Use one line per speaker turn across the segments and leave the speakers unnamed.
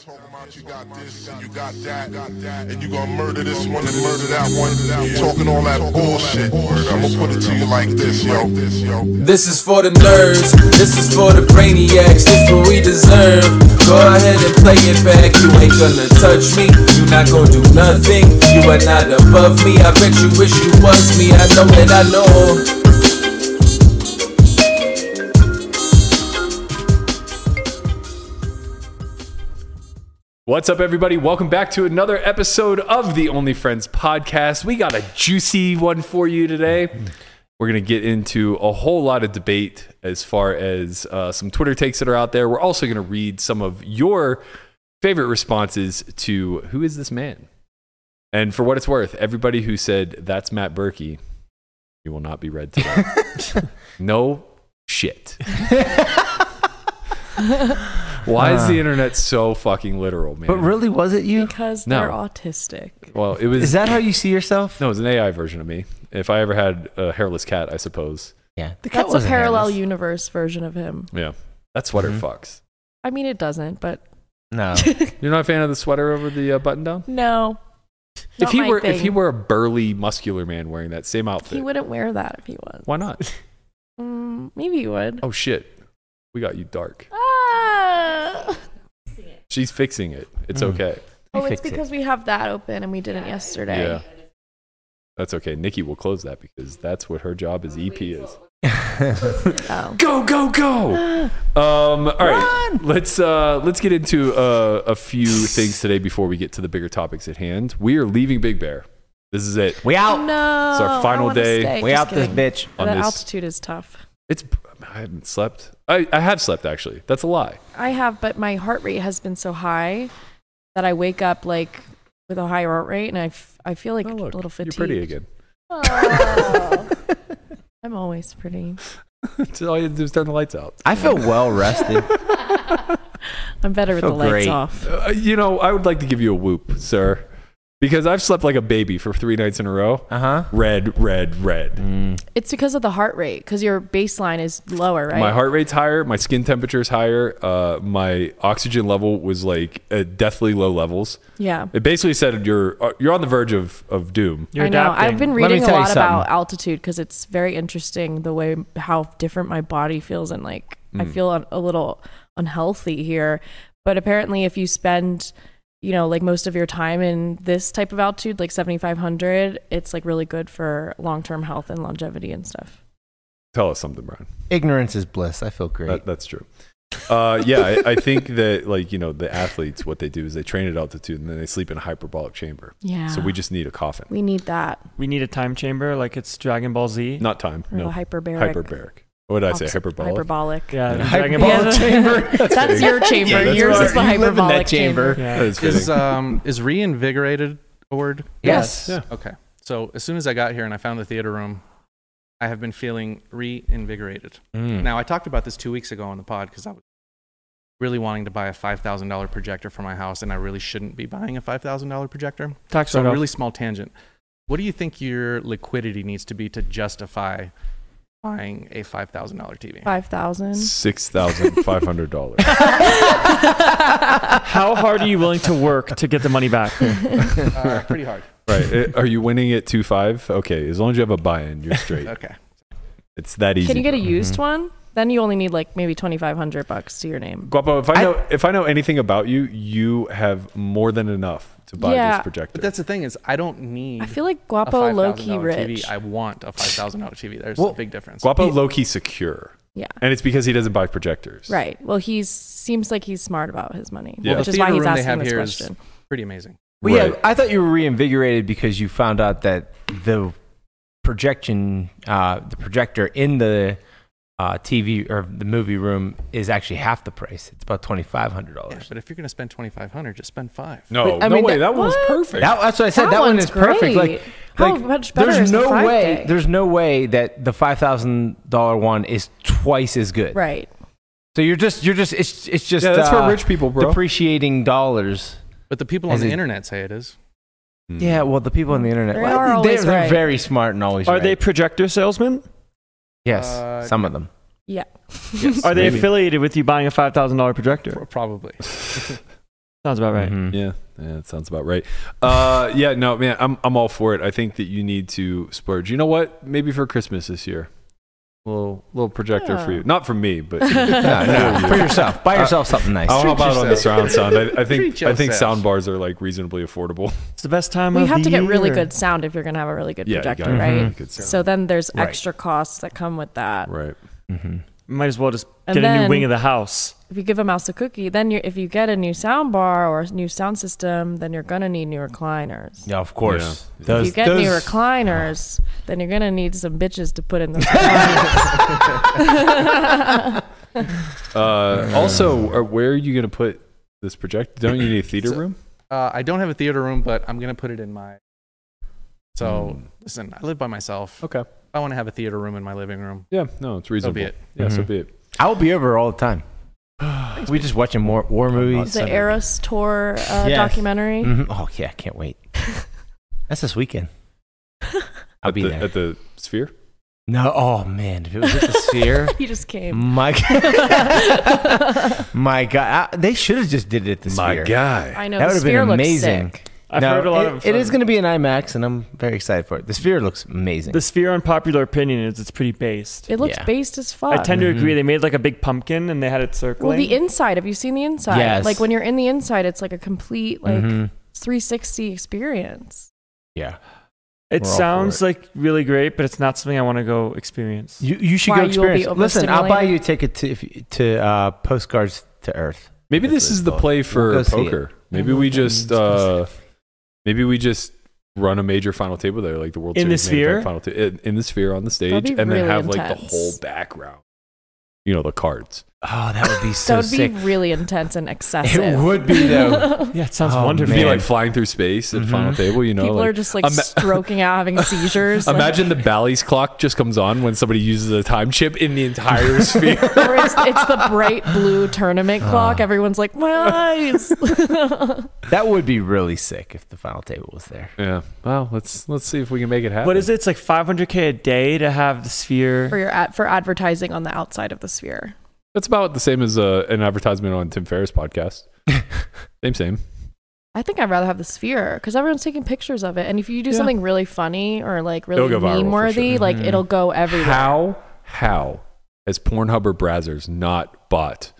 talking about you got this and you got that, got that, and you gonna murder this one and murder that one. Talking all that bullshit. I'ma put it to you like this, yo. This, yo.
This is for the nerds, this is for the brainiacs, this what we deserve. Go ahead and play it back, you ain't gonna touch me, you not gonna do nothing, you are not above me. I bet you wish you was me, I know that I know.
What's up, everybody? Welcome back to another episode of the Only Friends podcast. We got a juicy one for you today. We're going to get into a whole lot of debate as far as uh, some Twitter takes that are out there. We're also going to read some of your favorite responses to Who is this man? And for what it's worth, everybody who said that's Matt Berkey, you will not be read today. no shit. Why is the internet so fucking literal, man?
Uh. But really, was it you?
Because
No.
they're autistic.
well, it was.
Is that how you see yourself?
No, it was an AI version of me. If I ever had a hairless cat, I suppose.
Yeah, the
That's a
wasn't
parallel
hairless.
universe version of him.
Yeah. That sweater
Mhm.
fucks.
I mean, it doesn't, but
No,
You're not a fan of the sweater over the uh, button down?
no.
if
Not
he
my
were if
thing.
he were a burly muscular man wearing that same outfit,
he wouldn't wear that if he was.
why not?
Mm, maybe he would.
Oh shit. We got you dark.
Ah!
She's fixing it. It's
Mm.
okay.
You
Oh, it's
fix it.
because we have that open and we didn't yesterday.
Yeah. That's okay. Nikki will close that because that's what her job as EP is.
Oh. Ah,
Go, go, go. Um, all right, let's uh, let's get into uh, a few things today before we get to the bigger topics at hand. We are leaving Big Bear. This is it.
we out.
No.
It's our final
I wanna
day.
stay.
We
Just
out this
kidding.
bitch.
on
the
this-
altitude is tough.
It's I haven't slept. I, I have slept actually. That's a lie.
I have, but my heart rate has been so high that I wake up like with a high heart rate and I, f- I feel like
Oh, look,
a little fatigued.
You're pretty again.
Oh. I'm always pretty.
That's all you had to do is turn the lights out.
I feel well rested.
I'm better with the
Feel
lights
great.
off.
Uh, you know, I would like to give you a whoop, sir, because I've slept like a baby for three nights in a row.
Uh huh.
Red, red, red.
Mm. It's because of the heart rate, because your baseline is lower, right?
My heart rate's higher. My skin temperature's higher. Uh, my oxygen level was like at deathly low levels.
Yeah.
It basically said you're uh, you're on the verge of of doom.
I know. I've been
Let me
reading a
tell you
lot about
something.
altitude because it's very interesting the way how different my body feels and like I
Mm.
feel a, a little unhealthy here. But apparently, if you spend, you know, like most of your time in this type of altitude, like 7,500, it's like really good for long term health and longevity and stuff.
Tell us something, Brian.
Ignorance is bliss. I feel great.
That, that's true. Uh, yeah, I, I think that like you know the athletes, what they do is they train at altitude and then they sleep in a hyperbolic chamber.
Yeah.
So we just need a coffin,
we need that.
We need a time chamber, like it's Dragon Ball Z.
not time.
Or
No,
a hyperbaric.
hyperbaric. What did I say?
Oxy-
Hyperbolic.
Hyperbolic.
Yeah,
Yeah.
Dragon
Yeah,
Ball.
that's- That's,
fitting.
your chamber.
Yeah, that's
Yours
right.
is the
You live in that
hyperbolic chamber.
That
Yeah.
is
Is
fitting.
um is reinvigorated a word?
Yes.
Yeah.
Okay. So as soon as I got here and I found the theater room, I have been feeling reinvigorated.
Mm. Hmm.
Now I talked about this two weeks ago on the pod because I was really wanting to buy a five thousand dollar projector for my house, and I really shouldn't be buying a five thousand dollar projector.
Talk
So
so
a really small tangent. What do you think your liquidity needs to be to justify buying a five thousand dollar TV?
5,000.
Six thousand five hundred dollars.
How hard are you willing to work to get the money back?
Uh, pretty hard.
Right? Uh, Are you winning at two five? Okay, as long as you have a buy-in, you're straight.
Okay.
It's that easy.
Can you get a
bro.
used one? Then you only need like maybe twenty five hundred bucks to your name.
Guapo, if I
I-
know if I know anything about you, you have more than enough to buy
Yeah.
this projector.
But that's the thing is I don't need.
I feel like
a
Guapo low key
$5,000
rich.
TV. I want a five thousand dollar TV. There's
Well,
a big difference.
Guapo low key secure,
yeah.
and it's because he doesn't buy projectors.
Right. Well, he seems like he's smart about his money,
Yeah. Well, the
which is why
theater
he's
room they
asking
have
this
here is-
question.
Pretty amazing.
Well,
Right.
yeah, I thought you were reinvigorated because you found out that the projection, uh, the projector in the uh, TV or the movie room is actually half the price. It's about twenty five hundred
Oh,
Yeah,
dollars.
but if you're gonna spend twenty five hundred, just spend five.
No,
But, I
no
mean,
way.
that-
That, one was
what?
perfect.
That, that's what I said.
That
That, one
one's
is perfect.
great.
Like,
How
like,
much better
there's
is the
no
Friday?
way. There's no way that the five thousand dollar one is twice as good.
Right.
So you're just you're just it's it's just
yeah, that's
uh,
for rich people, bro.
depreciating dollars.
But the people on
As
the
in-
internet say it is.
Hmm.
Yeah, well, the people on the internet
They
well,
are
they're-
always
they're
right.
very smart and always
Are
right.
they projector salesmen?
Yes,
Uh,
some of them.
Yeah.
Are they
Maybe.
affiliated with you buying a five thousand dollar projector?
Pro- Probably.
Sounds about right.
Mhm.
Yeah, yeah, that sounds about right. Uh, yeah, no, man, I'm I'm all for it. I think that you need to splurge. You know what? Maybe for Christmas this year, little little projector for
Yeah.
you. Not for me, but
No, no, for yourself.
Uh,
Buy yourself something nice.
I don't know
Treat
about on the surround
yourself.
sound. I, I think
Treat
I think
yourself.
sound bars are like reasonably affordable.
It's the best time
We
of
have
the
to get really
year.
good sound if you're going to have a really good
Yeah, you
projector,
gotta have
right?
really good sound.
So then there's
Right.
extra costs that come with that.
Right.
Mhm.
Might as well just
And
get a new
then-
wing of the house.
If you give a mouse a cookie, then you're, if you get a new sound bar or a new sound system, then you're going to need new recliners.
Yeah, of course.
Yeah.
If
Those-
you get new
those-
recliners, then you're going to need some bitches to put in the recliners.
Uh, also, are, where are you going to put this projector? Don't you need a theater
So-
room?
Uh, I don't have a theater room, but I'm gonna put it in my. So listen, I live by myself.
Hmm. Okay.
I want to have a theater room in my living room.
Yeah. No, it's
So
reasonable.
be it.
Yeah. So
Mhm.
be it.
I will be over all the time. we just watching more war movies.
the Eros tour uh,
Yes.
documentary.
Mhm. Oh yeah, I can't wait. That's this weekend. I'll
at
be
the,
there.
at the Sphere.
no, oh man, if it was at the Sphere, Mm.
you just came.
my my God, I, they should have just did it at the Sphere.
guy.
I know
that
the
would have
sphere
been
looks
amazing.
sick.
I've heard a lot
it-
of
it is going to be an IMAX, and I'm very excited for it. The Sphere looks amazing.
The sphere unpopular opinion is it's pretty based.
It looks
Yeah.
based as fuck.
I tend to
Mhm.
agree. They made like a big pumpkin and they had it
Well,
circling.
the inside. Have you seen the inside?
Yes.
Like when you're in the inside, it's like a complete like
Mhm.
360 experience.
yeah,
it
We're all for
sounds
it.
like really great, but it's not something I want to go experience.
you you should
Why,
go
you will be
experience. it. Listen, I'll buy
overstimulated?
you a ticket to if you, to uh, postcards to Earth.
Maybe
That's
this
what
is
it's
the
called.
play for
We'll go see it.
poker. Maybe we just uh, maybe we just run a major final table there, like the World
In the
Series main event
sphere?
final ta- in, in the sphere on the stage,
be
and then
really
have like the
intense.
whole background. You know the cards.
Oh, that would be so
that would
sick.
be really intense and excessive.
It would be though.
Yeah, it sounds
Oh,
wonderful.
It'd be
man.
like flying through space at final
Mhm.
table. You know,
People
like,
are just like
Ima-
stroking out, having seizures. like-
Imagine the Bally's clock just comes on when somebody uses a time chip in the entire sphere.
or it's, it's the bright blue tournament
Uh.
clock. Everyone's like, my eyes.
that would be really sick if the final table was there.
Yeah. Well, let's let's see if we can make it happen.
What is it? It's like 500k a day to have
for
the sphere.
your ad- for advertising on the outside of the sphere.
That's about the same as uh, an advertisement on Tim Ferriss' podcast. same, same.
I think I'd rather have the sphere because everyone's taking pictures of it, and if you do
Yeah.
something really funny or like really
It'll go viral for
meme worthy,
sure. Mm-hmm.
like it'll go everywhere.
How how has Pornhub or Brazzers not bought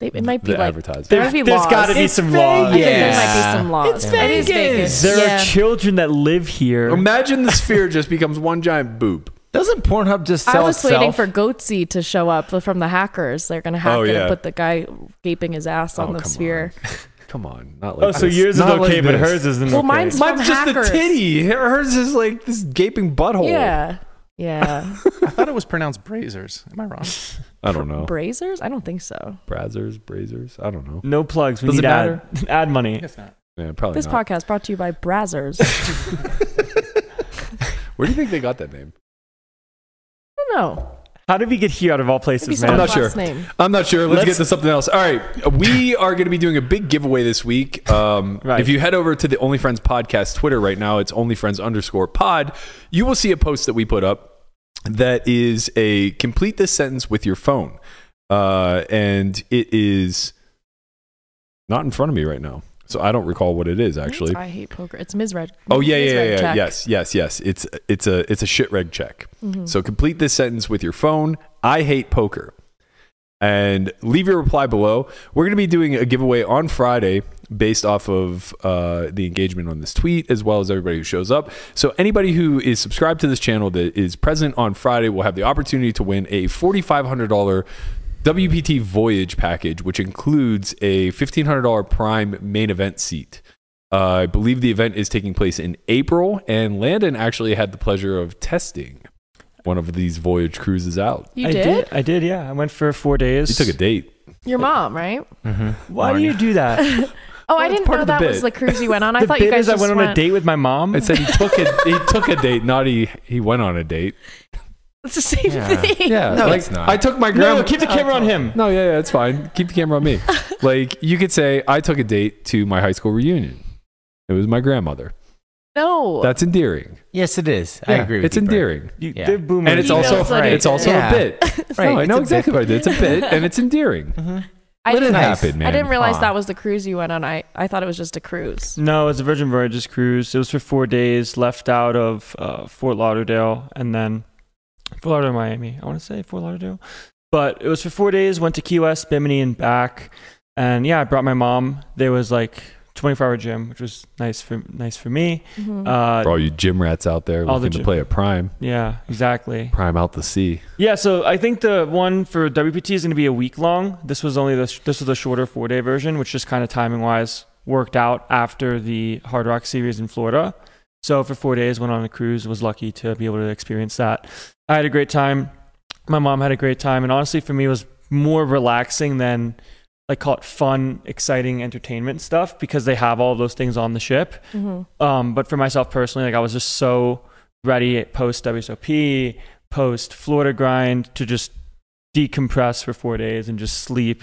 They, it might be
the
like
advertising?
There might be
there's
laws.
got to be
It's
some
I
laws.
think there might
Yeah.
be some laws.
It's
It is
Vegas.
There
yeah.
are children that live here.
Imagine the sphere just becomes one giant boob.
Doesn't Pornhub just
I
sell
was
itself?
waiting for Goatsy to show up from the hackers. They're gonna hack
Oh,
it
yeah.
and put the guy gaping his ass on
Oh,
the
come
sphere.
On. Come on, not like
oh, so
this.
yours is
Not
okay,
like
but
this.
hers isn't.
Well,
okay.
mine's-
Mine's
From
just the
hackers.
titty. Her- Hers is like this gaping butthole.
Yeah, yeah.
I thought it was pronounced brazers. Am I wrong?
I don't know.
Brazers? I don't think so.
Brazzers, Brazers. I don't know.
no plugs. We
Does it
need ad, ad money.
Guess not.
Yeah, probably
This
not.
podcast brought to you by Brazzers.
Where do you think they got that name?
I don't know.
How did we get here out of all
Maybe
places,
I'm
man?
not
someone's
sure.
last name.
I'm not sure. Let's,
Let's-
get to something else. All right, we are going to be doing a big giveaway this week. Um,
Right.
If you head over to the Only Friends podcast Twitter right now, it's OnlyFriends underscore pod. You will see a post that we put up that is a complete this sentence with your phone, uh, and it is not in front of me right now, so I don't recall what it is actually.
I hate poker. It's Mizred.
Oh yeah, yeah, yeah,
Mizred
yeah.
check.
Yes, yes, yes. It's it's a it's a shit reg check.
Mm-hmm.
So complete this sentence with your phone. I hate poker. And leave your reply below. We're going to be doing a giveaway on Friday based off of uh, the engagement on this tweet, as well as everybody who shows up. So, anybody who is subscribed to this channel that is present on Friday will have the opportunity to win a $4,500 WPT Voyage package, which includes a $1,500 Prime main event seat. Uh, I believe the event is taking place in April, and Landon actually had the pleasure of testing one of these voyage cruises out.
You
I
did?
I did. Yeah, I went for four days.
You took a date.
Your mom, right?
Mm-hmm.
Why do you do that?
Oh, I
it's
didn't
part
know
of the
that was the
bit.
cruise you went on. I
the
thought
bit
you guys
is I
just
went on a date with my mom.
It said he took a he took a date, not he he went on a date.
It's the same
Yeah.
thing.
Yeah,
No,
like,
it's not.
I took my
no,
grandma.
no, keep
Oh,
the camera on him.
No, yeah, yeah, it's fine. Keep the camera on me. like you could say, I took a date to my high school reunion. It was my grandmother.
No.
That's endearing.
Yes, it is. I
Yeah,
agree. With
it's
you, Bert.
endearing,
You,
Yeah.
They're boomers.
and it's
He
also
knows what he
it's
did.
also
Yeah.
a bit.
Right,
No, I
it's
know
a bit.
exactly what I did. It's a bit, and it's endearing.
I
Let it
didn't,
happen, man.
I didn't realize
Aw.
that was the cruise you went on. I, I thought it was just a cruise.
No, it's a Virgin Voyages cruise. It was for four days, left out of uh, Fort Lauderdale and then Fort Lauderdale, Miami. I want to say Fort Lauderdale, but it was for four days. Went to Key West, Bimini, and back. And yeah, I brought my mom. There was like 24-hour gym, which was nice for nice for me.
Mhm.
Uh,
For all you gym rats out there
All the
looking to
gym-
play at Prime,
yeah, exactly.
Prime out the sea.
Yeah, so I think the one for WPT is going to be a week long. This was only the this was the shorter four day version, which just kind of timing wise worked out after the Hard Rock series in Florida. So for four days, went on a cruise. Was lucky to be able to experience that. I had a great time. My mom had a great time, and honestly, for me, it was more relaxing than like call it fun, exciting entertainment stuff because they have all those things on the ship.
Mhm.
Um, but for myself personally, like I was just so ready post WSOP, post Florida grind to just decompress for four days and just sleep,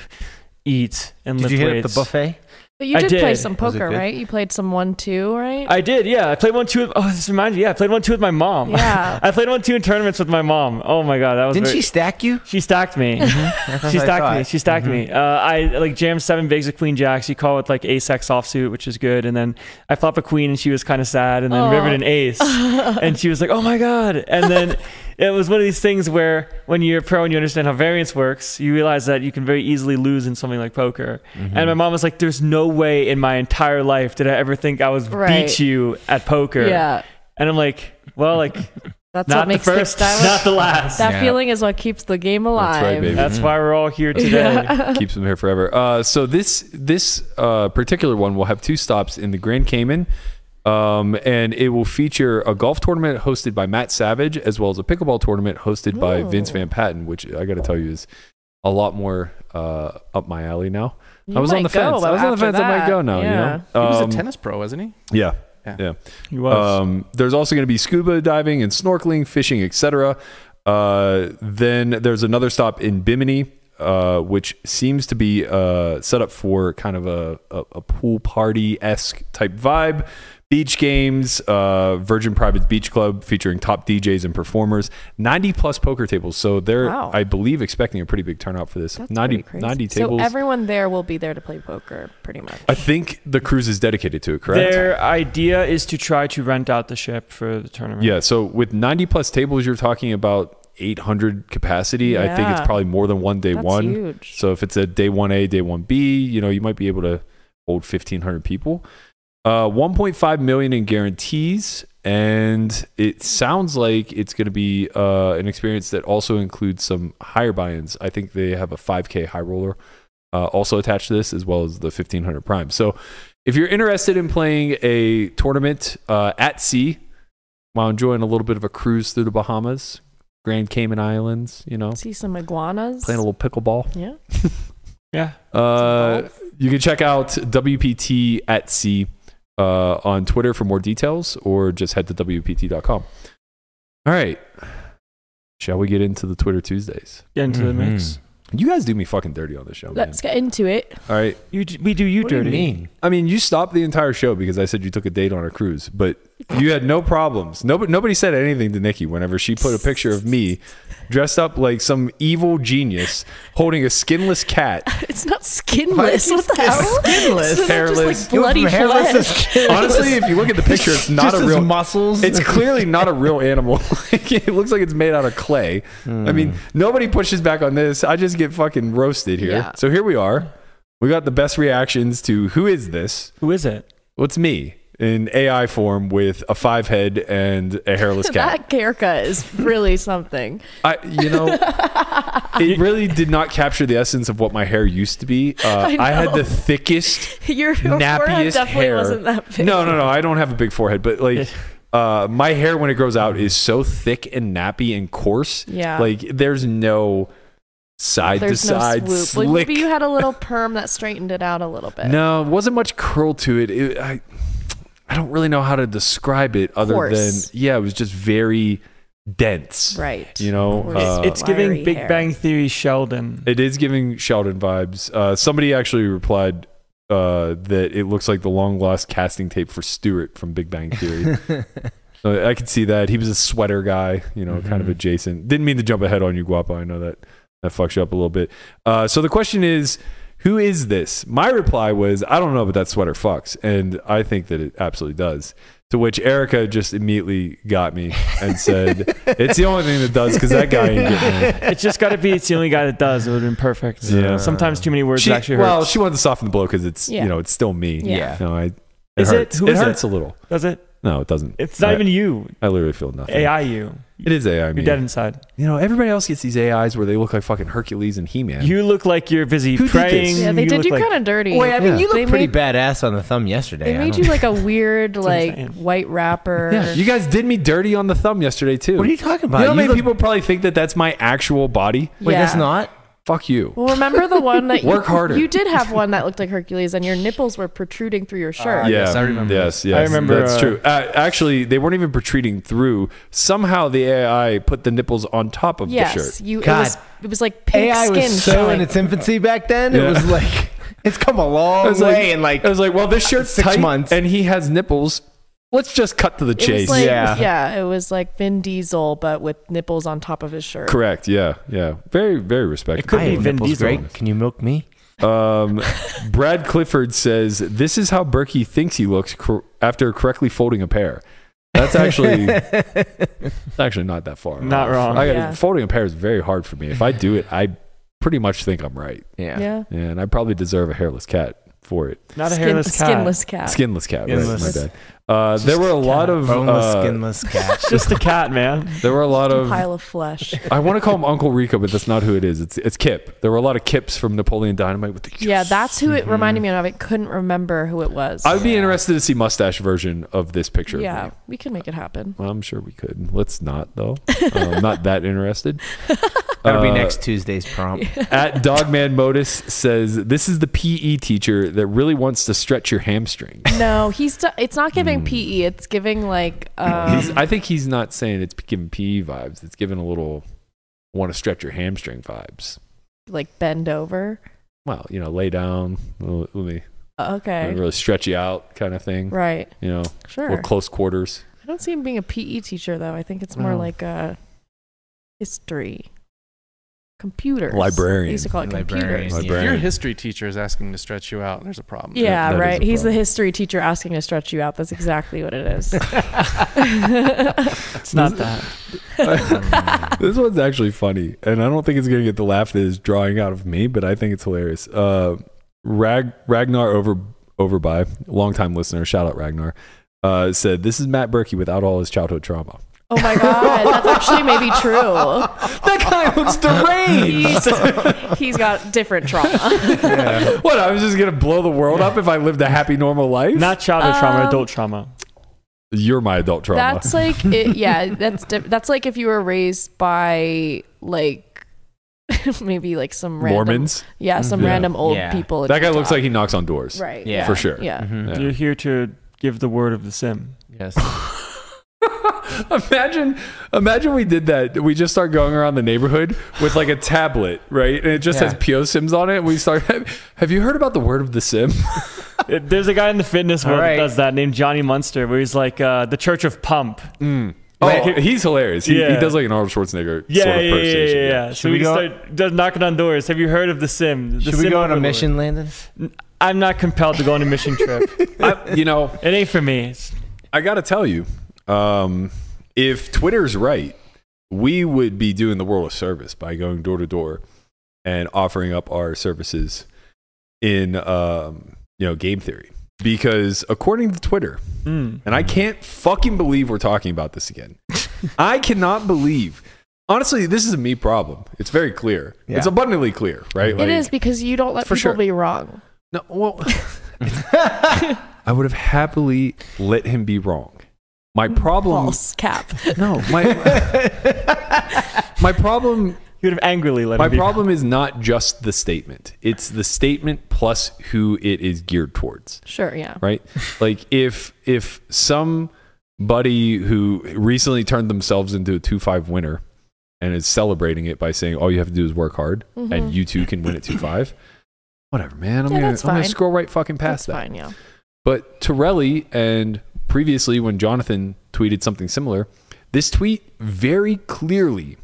eat, and
Did
lift
you hit up
weights.
the buffet?
But you
I
did, play
did.
some
Was it
poker,
good?
right? You played some one two, right?
I did, yeah. I played one two. With, oh, this reminds me. Yeah, I played one two with my mom.
Yeah.
I played one two in tournaments with my mom. Oh my god, that was.
Didn't
very-
she stack you?
She stacked me.
That's what
She
I
stacked me.
thought.
She stacked me. Uh, I like jammed seven bigs of queen jacks. You call it like ace x offsuit, which is good. And then I flop a queen, and she was kind of sad. And then
Aw.
rivered an ace, and she was like, "Oh my god!" And then it was one of these things where when you're a pro and you understand how variance works, you realize that you can very easily lose in something like poker. And my mom was like, "There's no way in my entire life did I ever think I was
Right.
beat you at poker."
Yeah.
And I'm like, "Well, like
That's
not
what
the
makes
first,
the style.
not the last."
that
Yeah.
feeling is what keeps the game alive.
That's right, baby.
That's why we're all here today.
keeps them here forever. Uh, so this this uh, particular one will have two stops in the Grand Cayman, um, and it will feature a golf tournament hosted by Matt Savage as well as a pickleball tournament hosted by Vince Van Patten, which I got to tell you is a lot more uh, up my alley now.
You
I was on
might
the fence.
go
I was on the
after
fence. I might
that.
go now. You know,
he was
Um,
a tennis pro, wasn't he?
Yeah.
Yeah.
Yeah.
He was.
Um, there's also going to be scuba diving and snorkeling, fishing, etc. Uh, then there's another stop in Bimini, uh, which seems to be uh, set up for kind of a, a, a pool party esque type vibe. Beach games, uh, Virgin Private Beach Club featuring top DJs and performers, 90 plus poker tables. So they're,
Wow.
I believe, expecting a pretty big turnout for this.
That's
90,
pretty crazy.
90 tables.
So everyone there will be there to play poker, pretty much.
I think the cruise is dedicated to it, correct?
Their idea is to try to rent out the ship for the tournament.
Yeah, so with 90 plus tables, you're talking about 800 capacity. I think it's
Yeah.
probably more than one day
That's
one.
huge.
So if it's a day 1A, day 1B, you know, you might be able to hold 1500 people. Uh 1.5 million in guarantees and it sounds like it's going to be uh an experience that also includes some higher buy-ins. I think they have a 5k high roller uh, also attached to this as well as the 1500 prime. So if you're interested in playing a tournament uh, at sea while enjoying a little bit of a cruise through the Bahamas, Grand Cayman Islands, you know,
See some iguanas.
playing a little pickleball.
yeah.
Yeah.
Uh, you can check out WPT at sea uh, on Twitter for more details or just head to WPT.com. All right. Shall we get into the Twitter Tuesdays?
Get into the
Mhm.
Mm-hmm.
mix.
You guys do me fucking dirty on this show, oh, man.
Let's get into it.
All right.
You d- we do you
What do you
dirty.
mean?
I mean, you stopped the entire show because I said you took a date on a cruise, but you had no problems. Nobody, nobody said anything to Nikki whenever she put a picture of me dressed up like some evil genius holding a skinless cat.
It's not skinless. What the hell?
Skinless.
It's
Hairless.
Just like bloody
From hairless to
flesh.
skin-
Honestly, if you look at the picture, it's not
Just
a
his
real
muscles.
It's clearly not a real animal. Like, it looks like it's made out of clay. I mean,
Hmm.
nobody pushes back on this. I just get fucking roasted here.
Yeah.
So here we are. We got the best reactions to who is this?
Who is it?
What's me in AI form with a five head and a hairless cat?
That haircut is really something.
I, you know, it really did not capture the essence of what my hair used to be. Uh,
I
I, had
know.
the thickest,
Your, your forehead
nappiest
definitely
hair.
wasn't that big.
No, no, no. I don't have a big forehead, but like. Uh, my hair when it grows out is so thick and nappy and coarse.
Yeah.
like there's no side
There's
to
no
side
swoop. Like,
slick.
Maybe you had a little perm that straightened it out a little bit.
No, it wasn't much curl to it. It- I, I don't really know how to describe it other
Coarse.
than yeah, it was just very dense.
Right.
You know,
Coarse.
uh,
it's giving
wiry
Big
hair.
Bang Theory Sheldon.
It is giving Sheldon vibes. Uh, somebody actually replied uh, that it looks like the long lost casting tape for Stewart from Big Bang Theory. so I could see that he was a sweater guy, you know, kind
Mm-hmm.
of
Mhm.
adjacent. Didn't mean to jump ahead on you, Guapa. I know that that fucks you up a little bit. Uh, so the question is. Who is this? My reply was, I don't know, but that sweater fucks. And I think that it absolutely does. To which Erica just immediately got me and said, It's the only thing that does because that guy ain't getting it.
It's just got to be. It's the only guy that does. It would have been perfect.
Yeah.
Sometimes too many words
She,
actually hurt.
well, she wanted to soften the blow because it's,
Yeah.
you know, it's still me.
Yeah.
No, I, it
Is it?
hurts.
Who
it
is it?
hurts a little.
Does it?
No, it doesn't.
It's not
I,
even you.
I literally feel nothing.
AI you.
It is AI. I
You're
mean.
dead inside.
You know, everybody else gets these AIs where they look like fucking Hercules and He Man.
You look like you're busy
Who did this?
praying.
Yeah, they did
look
you
like-
kind of dirty.
Wait, I mean,
Yeah.
you
They
look pretty
made-
badass on the thumb yesterday.
They
I
made
don't
you
know.
like a weird,
what I'm
like
saying.
white rapper.
yeah, you guys did me dirty on the thumb yesterday too.
What are you talking about?
You know how many
look-
people probably think that that's my actual body?
Wait, that's
Yeah.
not.
Fuck you.
Well, remember the one that
Work
you,
harder.
You did have one that looked like Hercules, and your nipples were protruding through your shirt.
Ah, yes, I remember
Yes, yes.
I remember,
That's
uh,
true. Uh, actually, they weren't even protruding through. Somehow the AI put the nipples on top of
yes,
the shirt.
you. It
God.
was, it was like pink
AI
skin
was so
showing.
in its infancy back then.
Yeah.
It was like it's come a
I
long
was
way
like,
in like
I was like, well, this shirt's
six
tight
months.
and he has nipples. Let's just cut to the
It was
chase.
like,
Yeah.
yeah. it was like Vin Diesel, but with nipples on top of his shirt.
Correct. Yeah. Yeah. Very, very respectable.
could
I
be
ain't
Vin
nipples
Diesel.
great. Can you milk me?
Um, Brad Clifford says this is how Berkey thinks he looks cor- after correctly folding a pair. That's actually it's actually not that far.
Not
off.
wrong.
I gotta-
Yeah.
Folding a pair is very hard for me. If I do it, I pretty much think I'm right,
Yeah.
and I probably deserve a hairless cat for it.
Not a
Skin-
hairless cat.
Skinless cat.
Skinless cat.
Skinless.
Right, my bad. Uh, there were a lot of
Boneless,
uh,
skinless cat.
Just a cat, man.
there were a lot
Just a
of
pile of flesh.
I want to call him Uncle Rico, but that's not who it is. It's it's Kip. There were a lot of Kips from Napoleon Dynamite with the
yeah, that's who it reminded me of. I couldn't remember who it was.
I would be interested to see mustache version of this picture. of
yeah,
me.
we can make it happen.
Well, I'm sure we could. Let's not though. Oh, Uh, I'm not that interested.
That'll be
Uh,
next Tuesday's prompt.
At Dogman Modus says this is the PE teacher that really wants to stretch your hamstrings.
No, he's. St- it's not giving PE. It's giving like. Um,
Hmm. He's, I think he's not saying it's giving PE vibes. It's giving a little want to stretch your hamstring vibes.
like bend over. Uh,
Well, you know, lay down, let me let
Okay.
me really stretch you out, kind of thing.
Right.
You know,
Sure.
or close quarters.
I don't see him being a PE teacher though. I think it's more
No.
like a history, computers,
Librarian.
They used to call it
Librarian,
computers.
yeah.
If
Librarian.
your history teacher is asking to stretch you out, there's a problem.
That-
Yeah,
that is
right.
a
He's the
problem.
history teacher asking to stretch you out. That's exactly what it is.
It's not that.
this one's actually funny, and I don't think it's gonna get the laugh that is drawing out of me, but I think it's hilarious. Uh, Rag Ragnar over overby, longtime listener, shout out Ragnar, uh, said this is Matt Berkey without all his childhood trauma.
oh my god, that's actually maybe true.
That guy looks deranged.
He's, he's got different trauma.
what? I was just gonna blow the world up if I lived a happy normal life.
Not childhood trauma,
Um,
adult trauma.
You're my adult trauma.
That's like, it, yeah, that's di- that's like if you were raised by like maybe like some random,
Mormons.
Yeah, some
Yeah.
random old
Yeah.
people. at
That guy
your
looks
job.
like he knocks on doors.
right.
Yeah.
For sure.
Yeah.
Yeah.
You're here to give the word of the sim.
Yes.
imagine imagine we did that we just start going around the neighborhood with like a tablet right and it just
Yeah.
has po sims on it and we start have you heard about the word of the sim
It- There's a guy in the fitness
All
world
right.
that does that named Johnny Munster, where he's like uh, the Church of Pump.
oh he's hilarious he, he
Mm. Yeah.
does like an arnold schwarzenegger
Yeah,
sort of
yeah, yeah, yeah,
pronunciation.
yeah.
Should
So
we
we,
go-
start does knocking on doors. Have you heard of the sim? The
Should we
sim
go on a
overlord.
mission, Landon?
I'm not compelled to go on a mission trip. It
I- you know
ain't for me. It's-
i gotta tell you um, if twitter's right we would be doing the world a service by going door to door and offering up our services in um, you know game theory because according to twitter
Mm.
And I can't fucking believe we're talking about this again. I cannot believe. Honestly, this is a me problem. It's very clear.
Yeah.
It's abundantly clear, right?
it is because you don't let
For
people
sure.
be wrong.
No, well, I would have happily let him be wrong. My problem.
Hmm. False cap.
No, my my problem.
You would have angrily let
My
it be.
problem is not just the statement. It's the statement plus who it is geared towards.
Sure. Yeah.
right like if if somebody who recently turned themselves into a 2-5 winner and is celebrating it by saying all you have to do is work hard and you too can win at 2-5 whatever man i'm
Mm-hmm. Yeah,
gonna
that's
i'm gonna
fine.
scroll right fucking past
That's
that
fine. Yeah.
but Torelli and previously when Jonathan tweeted something similar, this tweet very clearly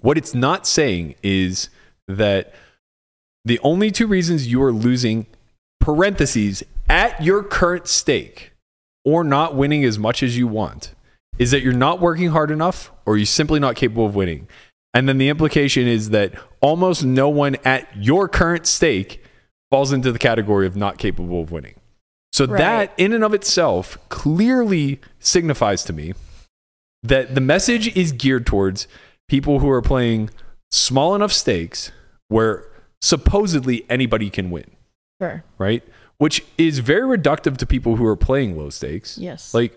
what it's not saying is that The only two reasons you are losing parentheses at your current stake or not winning as much as you want is that you're not working hard enough or you're simply not capable of winning. And then the implication is that almost no one at your current stake falls into the category of not capable of winning. So
Right.
that in and of itself clearly signifies to me that the message is geared towards people who are playing small enough stakes where supposedly anybody can win,
Sure.
right? Which is very reductive to people who are playing low stakes.
Yes.
Like,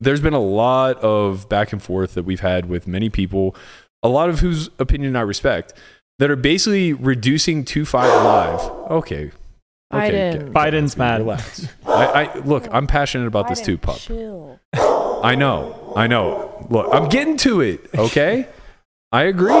there's been a lot of back and forth that we've had with many people, a lot of whose opinion I respect, that are basically reducing 2 5 live. Okay.
I
okay,
didn't.
get-
Biden's mad.
Relax. I, I look. I'm passionate about this too, pup.
Chill.
I know. I know. Look, I'm getting to it. Okay. I agree.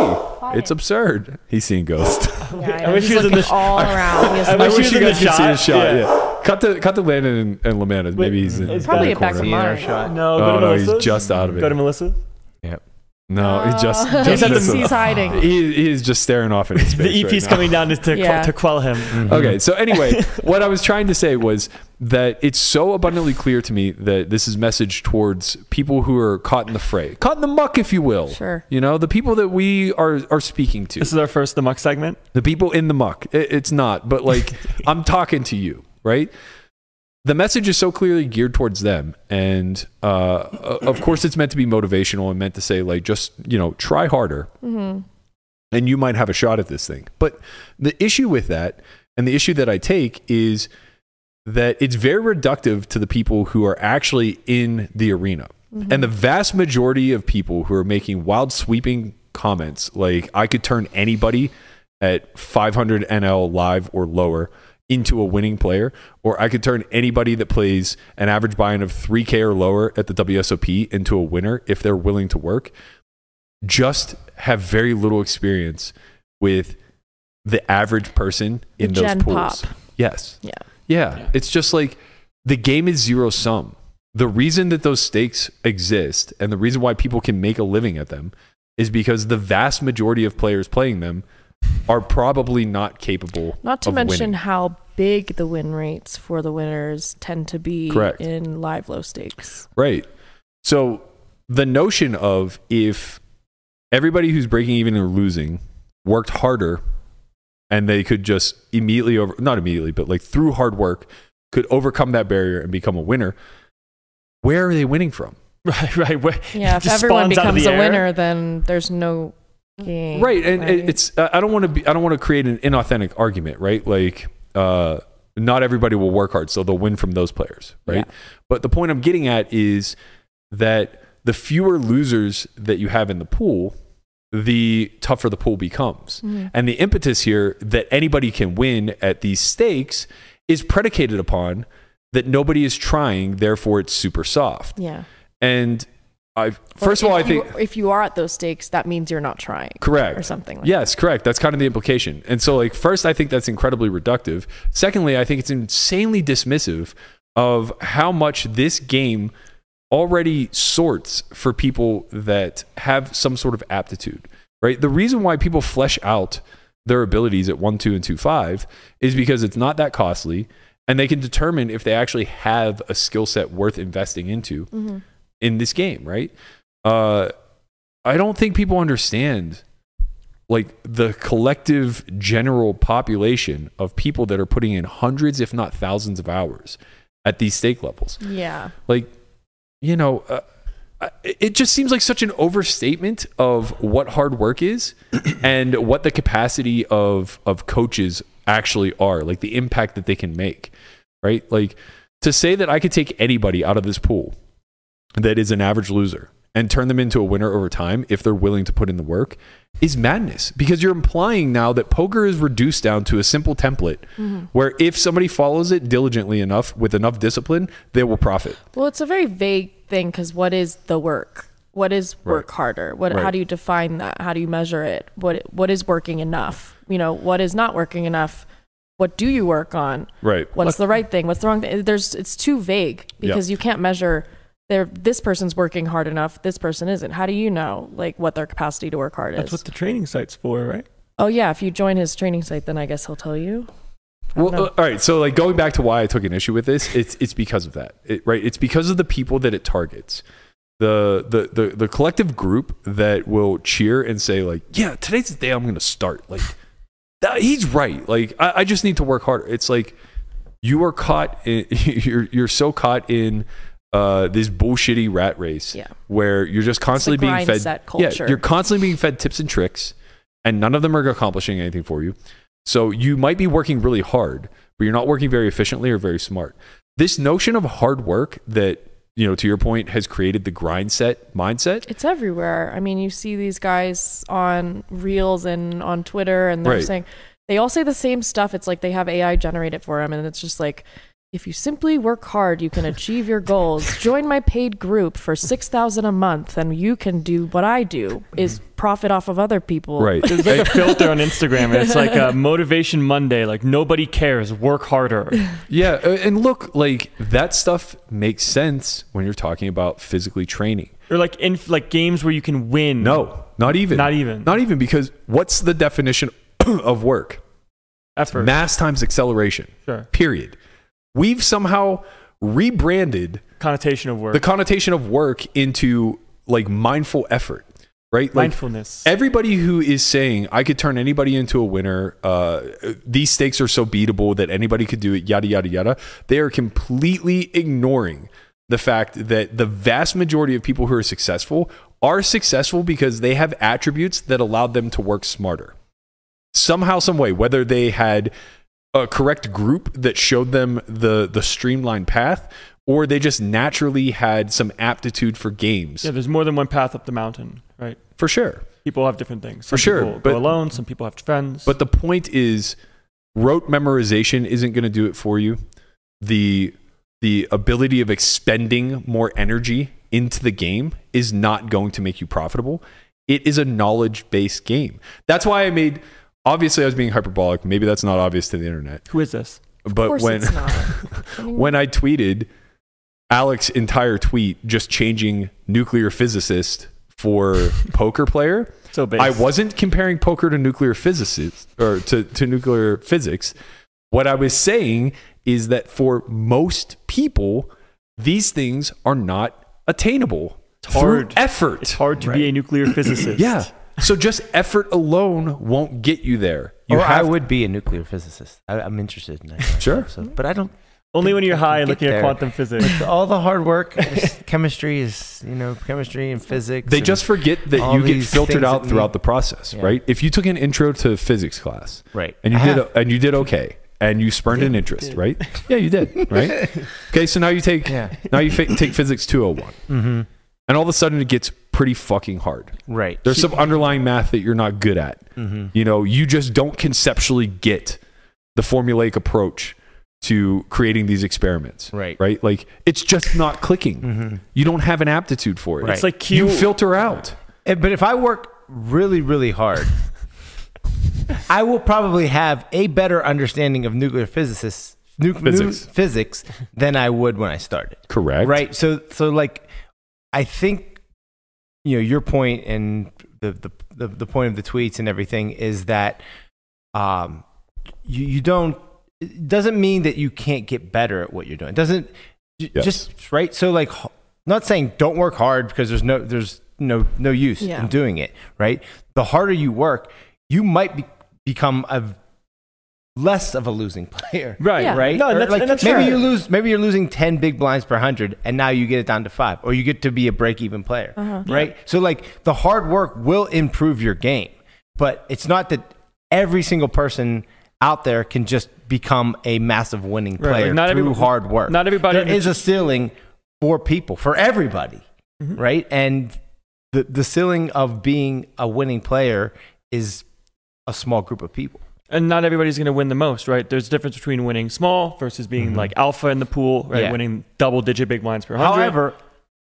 It's absurd. He's seeing ghosts.
I wish he was in the all around. He has
I
no-
wish he was in the shot.
Yeah.
Yeah.
Cut the cut the Landon and, and Lamanna. Maybe he's in.
it's
probably
the
a back of
corner.
Either
mine.
shot.
No,
Oh,
go to
no, he's
Melissa.
just out of it.
Go to Melissa.
No, he just,
Oh.
just
He's at
this
the-
He's
one.
hiding.
he, he is just staring off into space.
The
right
EP's
now.
coming down to to,
Yeah.
quell, to quell him.
Mm-hmm.
Okay, so anyway, what I was trying to say was that it's so abundantly clear to me that this is message towards people who are caught in the fray, caught in the muck, if you will.
Sure.
You know, the people that we are are speaking to,
This is our first the muck segment.
the people in the muck. It- it's not, but like I'm talking to you, right? The message is so clearly geared towards them, and uh, o- of course, it's meant to be motivational and meant to say like, just you know, try harder
hmm
and you might have a shot at this thing. But the issue with that, and the issue that I take, is that it's very reductive to the people who are actually in the arena.
Mm-hmm.
And the vast majority of people who are making wild sweeping comments, like I could turn anybody at 500 NL live or lower into a winning player, or I could turn anybody that plays an average buy-in of 3K or lower at the WSOP into a winner if they're willing to work just have very little experience with the average person in
The
those
gen
pools.
pop.
Yes.
Yeah.
yeah. It's just like the game is zero sum. The reason that those stakes exist and the reason why people can make a living at them is because the vast majority of players playing them are probably not capable
Not to
of
mention
winning.
how big the win rates for the winners tend to be
Correct.
in live low stakes.
Right. So the notion of if everybody who's breaking even or losing worked harder and they could just immediately over not immediately, but like through hard work could overcome that barrier and become a winner, where are they winning from?
Right, right. Where,
Yeah, if
just
everyone
spawns out of
becomes
the
a
air.
winner, then there's no game.
right and it it's i I don't want to be i don't want to create an inauthentic argument right like uh not everybody will work hard so they'll win from those players right but the point i'm getting at is that the fewer losers that you have in the pool the tougher the pool becomes and the impetus here that anybody can win at these stakes is predicated upon that nobody is trying therefore it's super soft
yeah.
and i
Or
first of all i
if you-
think
if you are at those stakes, that means you're not trying.
correct
Or something like
yes correct that's kind of the implication and so like first i think that's incredibly reductive secondly i think it's insanely dismissive of how much this game already sorts for people that have some sort of aptitude right the reason why people flesh out their abilities at 1 2 and 2 5 is because it's not that costly and they can determine if they actually have a skill set worth investing into
Mm-hmm.
in this game right uh i don't think people understand like the collective general population of people that are putting in hundreds, if not thousands, of hours at these stake levels.
that. Yeah.
Like, you know, uh, I- it just seems like such an overstatement of what hard work is and what the capacity of of coaches actually are, like the impact that they can make, right? Like to say that I could take anybody out of this pool that is an average loser and turn them into a winner over time if they're willing to put in the work is madness because you're implying now that poker is reduced down to a simple template where if somebody follows it diligently enough with enough discipline they will profit
Well, it's a very vague thing because what is the work? What is work
Right.
harder? What? How
Right.
do you define that? How do you measure it? What? What is working enough? You know, what is not working enough? What do you work on?
right
What's the right thing? What's the wrong thing? There's. It's too vague because you can't measure. There, this person's working hard enough. This person isn't. How do you know, like, what their capacity to work hard
That's
is?
what the training site's for, right?
Oh yeah, if you join his training site, then I guess he'll tell you. I don't
Well,
know.
uh, all right. So, like, going back to why I took an issue with this, it's it's because of that, it, right? It's because of the people that it targets, the, the the the collective group that will cheer and say, like, yeah, today's the day I'm going to start. Like, that, he's right. Like, I, I just need to work harder. It's like you are caught. In, you're you're so caught in. Uh, this bullshitty rat race
Yeah.
where you're just constantly being
grind
fed
set
yeah
culture.
you're constantly being fed tips and tricks and none of them are accomplishing anything for you so you might be working really hard, but you're not working very efficiently or very smart. This notion of hard work that, you know, to your point, has created the grind set mindset.
it's everywhere. I mean, you see these guys on reels and on Twitter, and they're
Right.
saying they all say the same stuff. It's like they have AI generate it for them, and it's just like. If you simply work hard, you can achieve your goals. Join my paid group for six thousand a month, and you can do what I do: is profit off of other people.
Mm-hmm. Right.
There's like a filter on Instagram. And it's like uh motivation Monday. Like nobody cares. Work harder.
yeah. a- And look, like that stuff makes sense when you're talking about physically training.
Or like in like games where you can win.
No, not even.
Hmm. Not even.
Not even because what's the definition of work?
effort.
Mass times acceleration.
Sure.
Period. We've somehow rebranded
Connotation of work.
the connotation of work into like mindful effort, right? Like
Mindfulness.
everybody who is saying I could turn anybody into a winner, uh, these stakes are so beatable that anybody could do it, yada yada yada. They are completely ignoring the fact that the vast majority of people who are successful are successful because they have attributes that allowed them to work smarter somehow some way whether they had a correct group that showed them the the streamlined path or they just naturally had some aptitude for games
yeah, there's more than one path up the mountain, right?
for sure
People have different things.
For
Some
sure,
people
but-
go alone. Some people have friends.
but the point is rote memorization isn't going to do it for you the the ability of expending more energy into the game is not going to make you profitable it is a knowledge based game that's why i made obviously i was being hyperbolic maybe that's not obvious to the internet
who is this?
Of
but
course
when
it's not. I mean,
when I tweeted Alex's entire tweet just changing nuclear physicist for poker player,
So base.
I wasn't comparing poker to nuclear physicist or to, to nuclear physics. What I was saying is that for most people, these things are not attainable.
It's hard.
Through effort.
It's hard to be a nuclear physicist.
Yeah. So just effort alone won't get you there. You
or I
have-
would be a nuclear physicist. I, I'm interested in that.
Sure.
So, but I don't.
Only when you're high and
Get
looking at
there.
quantum physics.
All the hard work, is- chemistry is you know chemistry and physics.
They
and-
just forget that
all
you get
these
filtered
things
out
that
throughout
need-
the process,
Yeah.
right? If you took an intro to physics class,
Right.
and you
I
did
have.
and you did okay, and you spurned an interest, right? Yeah, you did, right? okay, so now you take
Yeah.
now you fa- take physics 201,
Mm-hmm.
and all of a sudden it gets pretty fucking hard.
right.
There's some underlying math that you're not good at.
Mm-hmm.
You know, you just don't conceptually get the formulaic approach to creating these experiments.
Right. Mm-hmm.
Right. Like it's just not clicking. You don't have an aptitude for it.
Right.
It's like Q.
You filter out.
Eh, But if I work really, really hard, I will probably have a better understanding of nuclear physicists, nu- nu-
Physics.
physics than I would when I started.
Correct.
Right. So, so like, I think you know your point and the the the, the point of the tweets and everything is that um, you you don't it doesn't mean that you can't get better at what you're doing. It doesn't j-
Yes.
just right. So like, h- not saying don't work hard because there's no there's no no use
Yeah.
in doing it. Right. The harder you work, you might be, become a less of a losing player.
Right.
Yeah.
Right.
No,
Or,
and that's,
like,
and that's
maybe
fair.
you lose. Maybe you're losing ten big blinds per hundred, and now you get it down to five, or you get to be a break-even player. Right. So like the hard work will improve your game, but it's not that every single person out there can just become a massive winning
Right, like,
player
not
through
every-
hard work.
not everybody
There
in the
is a ceiling for people, for everybody,
Mm-hmm.
right? And the the ceiling of being a winning player is a small group of people.
and not everybody's going to win the most, right? There's a difference between winning small versus being like alpha in the pool, right?
Yeah.
Winning double digit big blinds per hundred.
However,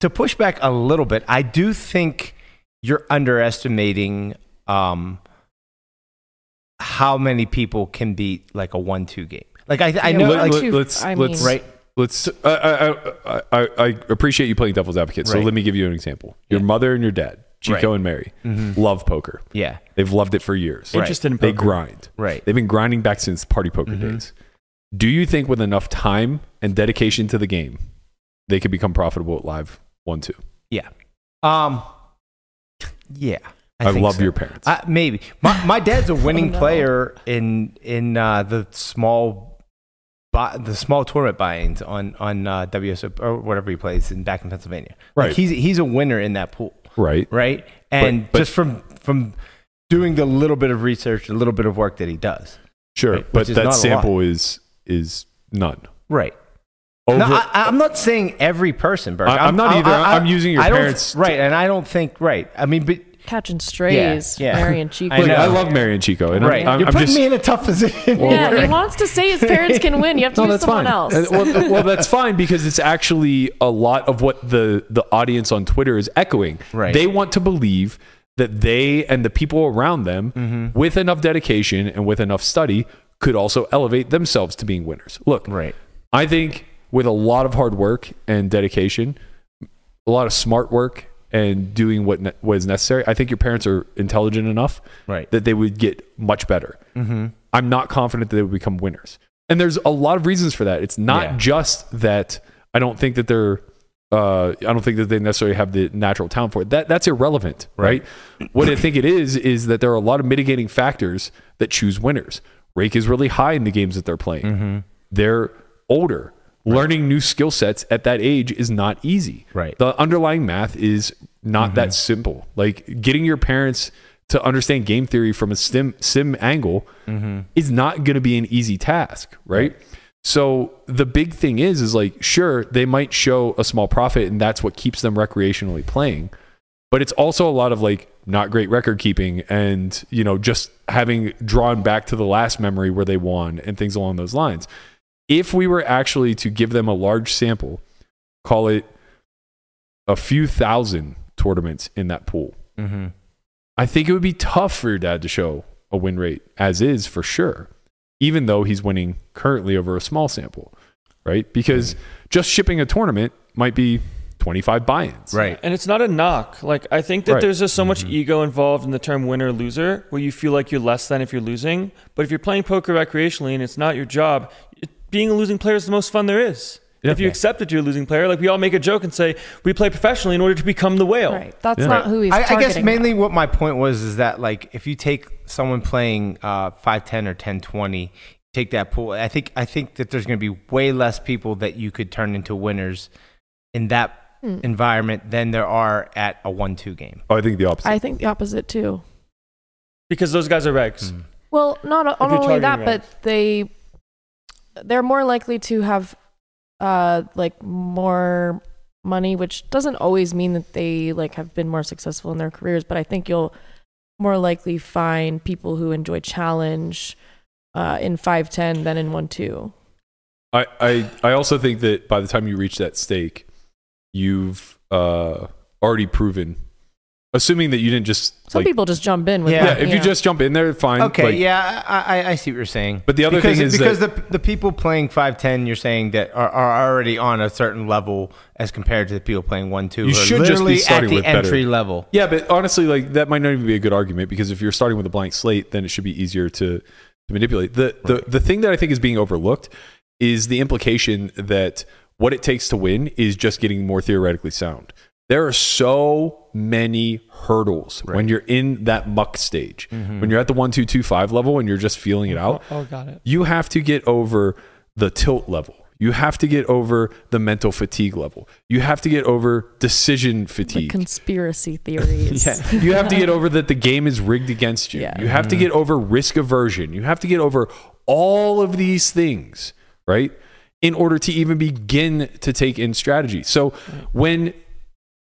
to push back a little bit, I do think you're underestimating um, how many people can beat like a one-two game. Like I, I
Yeah,
know,
well,
like,
let- two-
us
I
let's
mean-
right?
let's. uh, I, uh, I, I, I, I appreciate you playing devil's advocate. So
Right.
let me give you an example. Your mother and your dad, Chico
Right.
and Mary,
Mhm.
love poker.
Yeah.
They've loved it for years.
Right.
Interested in
They
poker.
grind.
Right.
They've been grinding back since party poker
Mhm.
days. Do you think with enough time and dedication to the game, they could become profitable at live one two?
Um. Yeah.
I,
think
love
so.
your parents.
Uh, maybe my my dad's a winning
no.
player in in uh, the small, bu- the small tournament buy-ins on on uh, WSO or whatever he plays in back in Pennsylvania.
Right.
Like he's he's a winner in that pool,
right.
right? And
but-
just from from doing the little bit of research, a little bit of work that he does,
Sure.
Right,
But
which is
that
not a lot.
sample is is none.
right?
Over
No, I, I- I'm not saying every person, Bert.
I- I'm not either. I'm using your
I don't-
parents to-
right? And I don't think right. I mean, but
Catching strays,
yeah.
Mary and Chico.
I
Look,
know.
I, love Mary and Chico. And I'm-
right,
I'm,
you're
I'm
putting
just,
me in a tough position.
Yeah, he wants to say his parents can win. You have to
no,
do
that's
someone
fine.
else.
Uh, Well, well, that's fine because it's actually a lot of what the the audience on Twitter is echoing.
Right.
They want to believe that they and the people around them, with enough dedication and with enough study, could also elevate themselves to being winners. Look,
Right.
I think with a lot of hard work and dedication, a lot of smart work and doing what ne- what is necessary, I think your parents are intelligent enough
Right. Mm-hmm.
that they would get much better. I'm not confident that they would become winners. And there's a lot of reasons for that. It's not
Yeah.
just that I don't think that they're uh, I don't think that they necessarily have the natural talent for it. That that's irrelevant, right? what I think it is is that there are a lot of mitigating factors that choose winners. Rake is really high in the games that they're playing.
Mm-hmm.
They're older. Learning new skill sets at that age is not easy.
Right.
The underlying math is not that simple. Like getting your parents to understand game theory from a sim sim angle is not going to be an easy task, right? So the big thing is is like sure they might show a small profit and that's what keeps them recreationally playing, but it's also a lot of like not great record keeping and you know just having drawn back to the last memory where they won and things along those lines. If we were actually to give them a large sample, call it a few thousand tournaments in that pool,
hmm
I think it would be tough for your dad to show a win rate as is for sure, even though he's winning currently over a small sample, right? Because just shipping a tournament might be 25 buy ins.
Right.
And it's not a knock. Like I think that
Right. Mm-hmm.
there's just so much ego involved in the term winner loser, where you feel like you're less than if you're losing. But if you're playing poker recreationally and it's not your job, it, being a losing player is the most fun there is. If you accept that you're a losing player, like we all make a joke and say we play professionally in order to become the whale.
right. That's
Yeah.
not who he's
I, I
targeting.
guess mainly what my point was is that like if you take someone playing uh, five ten or ten twenty, take that pool. I think I think that there's going to be way less people that you could turn into winners in that
Hmm.
environment than there are at a one two game.
Oh, I think the opposite.
I think the opposite too.
Because those guys are regs.
Mm.
Well, not, not
you're
only that,
targeting
but they they're more likely to have uh like more money, which doesn't always mean that they like have been more successful in their careers, but I think you'll more likely find people who enjoy challenge uh, in 510 than in 1 2.
I, I I also think that by the time you reach that stake, you've uh, already proven. Assuming that you didn't just
Some
like,
people just jump in with
Yeah.
yeah,
that,
if you
know.
just jump in there, fine.
Okay,
like,
yeah, I, I, I see what you're saying.
But the other
because,
thing is
because the the people playing five ten, you're saying that are, are already on a certain level as compared to the people playing one two.
You
who are
should just be
literally
starting
at the
with better.
entry level.
Yeah, but honestly, like that might not even be a good argument because if you're starting with a blank slate, then it should be easier to, to manipulate. The, the the thing that I think is being overlooked is the implication that what it takes to win is just getting more theoretically sound. There are so many hurdles when you're in that muck stage. When you're at the one two two five level and you're just feeling it out,
Mm-hmm. Oh, got it.
you have to get over the tilt level. You have to get over the mental fatigue level. You have to get over decision
the
fatigue
conspiracy theories.
you have to get over that the game is rigged against you.
Yeah.
You have to get over risk aversion. You have to get over all of these things, right? In order to even begin to take in strategy. So when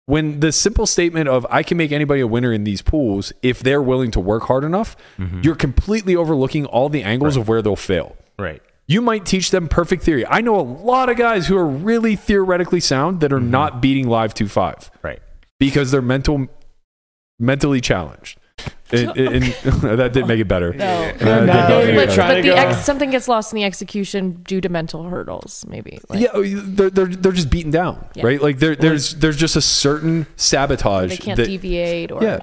when the simple statement of I can make anybody a winner in these pools if they're willing to work hard enough, you're completely overlooking all the angles of where they'll fail.
Right.
You might teach them perfect theory. I know a lot of guys who are really theoretically sound that are not beating live 2 5
Right.
because they're mental mentally challenged. It, it- and- that didn't make it better.
No.
Uh, that
No,
didn't make
you were
it better.
trying
but
to
the
go-
ex- something gets lost in the execution due to mental hurdles, maybe. Like,
yeah, oh, you- they're, they're they're just beaten down,
Yeah.
right? Like there there's there's just a certain sabotage.
They can't
that,
deviate or
Yeah,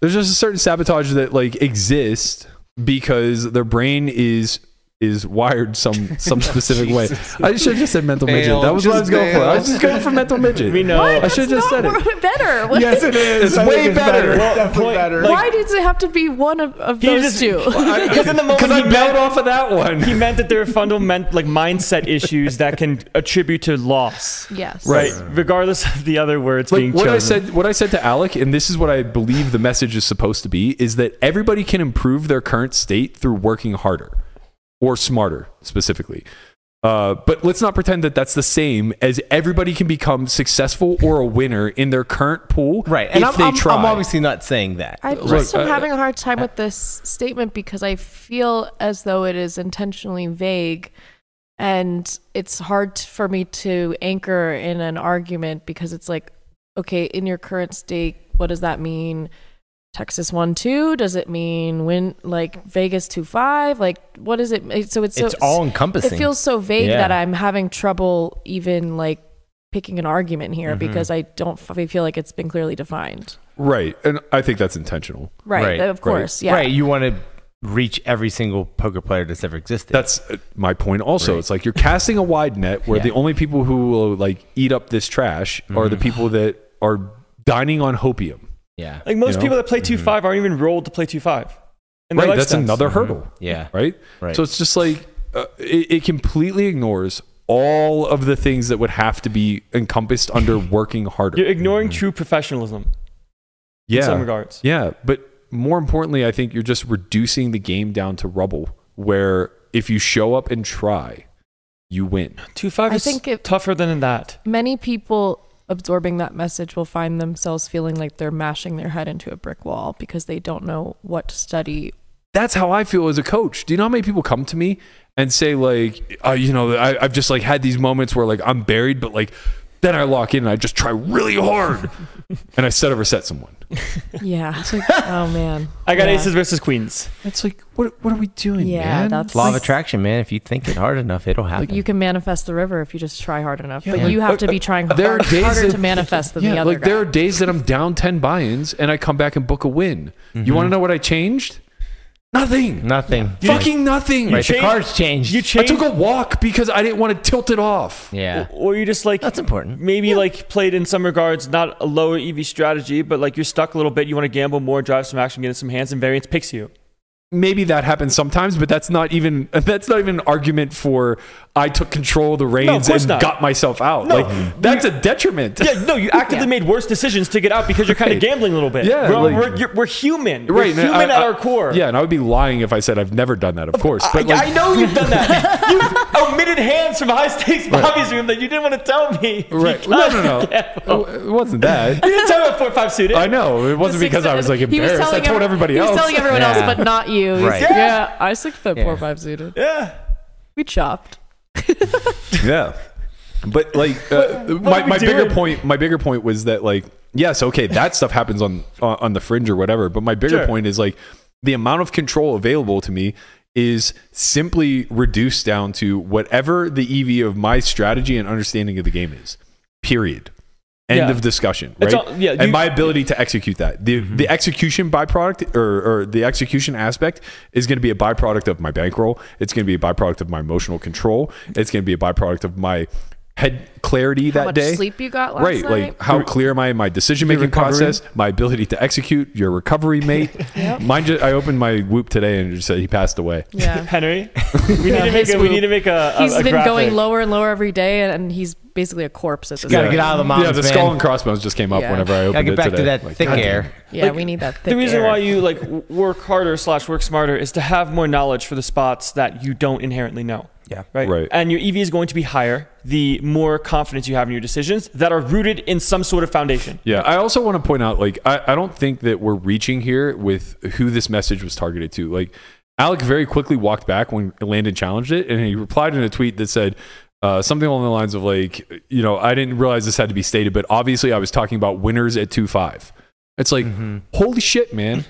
there's just a certain sabotage that like exists because their brain is is wired some some specific way. I should have just said mental midget.
Fail.
That was what I was
Just
going for. I
fail.
was just going for mental midget.
We know.
Oh, I should have just said it.
That's better. What-
Yes, it is. It's
I think
way better.
It's definitely
point-
better.
Why does it have to be one of, of
He
those
just-
two?
Because in the moment
Because I
he
bailed
meant,
off of that one.
he meant that there are fundamental like mindset issues that can attribute to loss,
yes.
right? Regardless of the other words
Like
being
what
chosen.
I said, what I said to Alec, and this is what I believe the message is supposed to be, is that everybody can improve their current state through working harder or smarter, specifically. Uh, but let's not pretend that that's the same as everybody can become successful or a winner in their current pool,
Right.
If
And I'm,
they
I'm,
try,
I'm obviously not saying that.
I
Look,
just am
uh,
having a hard time with this statement because I feel as though it is intentionally vague and it's hard t- for me to anchor in an argument because it's like, okay, in your current state, what does that mean? Texas 1 2? Does it mean win like Vegas 2 5? Like, what is it? it- So it's so
it's all encompassing.
It feels so vague
Yeah.
that I'm having trouble even like picking an argument here because I don't f- feel like it's been clearly defined.
right? And I think that's intentional.
Right,
Right,
of course. Yeah.
Right. You want to reach every single poker player that's ever existed.
That's uh, my point. Also, it's like you're casting a wide net where the
Yeah. Mm-hmm.
only people who will like eat up this trash are the people that are dining on hopium.
yeah.
you
like most
know? Mm-hmm.
people that play two five aren't even rolled to play two five. And
right, that's another hurdle.
Mm-hmm. Yeah.
right?
Right.
So it's just like uh, it, it completely ignores all of the things that would have to be encompassed under working harder.
You're ignoring true professionalism.
Mm-hmm. yeah,
some regards.
Yeah, but more importantly, I think you're just reducing the game down to rubble. Where if you show up and try, you win.
Two five
I
is
think it-
tougher than that.
many people absorbing that message will find themselves feeling like they're mashing their head into a brick wall because they don't know what to study.
That's how I feel as a coach. Do you know how many people come to me and say like, uh, you know, I, I've just like had these moments where like I'm buried, but like then I lock in and I just try really hard, and I set or reset someone.
Yeah. It's like, oh man.
I got
yeah.
aces versus queens.
It's like, what what are we doing,
Yeah,
man?
that's
Law of
like-
attraction, man. If you think it hard enough, it'll happen.
You can manifest the river if you just try hard enough,
Yeah.
but you have to be trying hard,
There are days
harder
that-
to manifest than the
yeah,
other
like there are
guy.
days that I'm down ten buy-ins and I come back and book a win. You
Mm-hmm.
want to know what I changed? Nothing.
Nothing.
Fucking nothing.
Right. The cards changed.
You
I
change,
took a walk because I didn't want to tilt it off.
yeah.
or you just like
That's important.
maybe like played in some regards not a lower EV strategy, but like you're stuck a little bit. You want to gamble more, drive some action, get in some hands, and variance picks you.
Maybe that happens sometimes, but that's not even that's not even an argument for I took control of the reins
course
and
not.
got myself out.
No.
Like that's a detriment.
Yeah, no, you actively made worse decisions to get out because you're kind
Right.
of gambling a little bit.
Yeah,
we're,
like-
we're, you're, we're human. We're
Right, man,
human
I-
at
I-
our core.
Yeah, and I would be lying if I said I've never done that. Of course, but
I,
like,
I know you've done that. you've omitted hands from high stakes Bobby's room that you didn't want to tell me.
right? No,
because-
no, no.
Yeah.
It wasn't that.
You didn't tell me about four five suited.
I know. It wasn't
Six-
because I was like
he
embarrassed. I
telling
told
every-
everybody
he was
else.
telling everyone
Yeah.
else, but not you. He's
Right.
like,
Yeah.
yeah, I six foot
Yeah.
four five suited.
Yeah.
We chopped.
yeah. But like uh,
what are
my,
we
my bigger
doing?
point my bigger point was that like yes, okay, that stuff happens on on on the fringe or whatever, but my bigger
Sure.
point is like the amount of control available to me is simply reduced down to whatever the EV of my strategy and understanding of the game is. Period. End
Yeah.
of discussion, right?
It's all- yeah,
and
you-
my ability to execute that. The
Mm-hmm.
the execution byproduct or, or the execution aspect is going to be a byproduct of my bankroll. It's going to be a byproduct of my emotional control. It's going to be a byproduct of my head clarity that
How much
day.
sleep you got last
right,
night?
like how clear am I in my decision
Your
making
recovery.
process, my ability to execute, your recovery mate. Mine just, I opened my whoop today and it just said he passed away.
yeah.
Henry, we need to make
his
a, we
whoop.
need to make a. a
He's
a
been
graphic.
going lower and lower every day, and, and he's basically a corpse at this
Gotta
point.
get out of the mountains,
yeah, the
man.
skull and crossbones just came up
Yeah.
whenever I opened
Gotta
it
get back
today.
to that
Like,
thick
goddamn.
air.
Yeah,
Like,
we need that thick
The reason
air.
why you like w- work harder slash work smarter is to have more knowledge for the spots that you don't inherently know.
Yeah.
Right.
Right.
And your EV is going to be higher the more confidence you have in your decisions that are rooted in some sort of foundation.
Yeah, I also want to point out, like, I, I don't think that we're reaching here with who this message was targeted to. Like, Alec very quickly walked back when Landon challenged it, and he replied in a tweet that said uh, something along the lines of, like, you know, I didn't realize this had to be stated, but obviously I was talking about winners at 2 5. It's like, holy shit, man.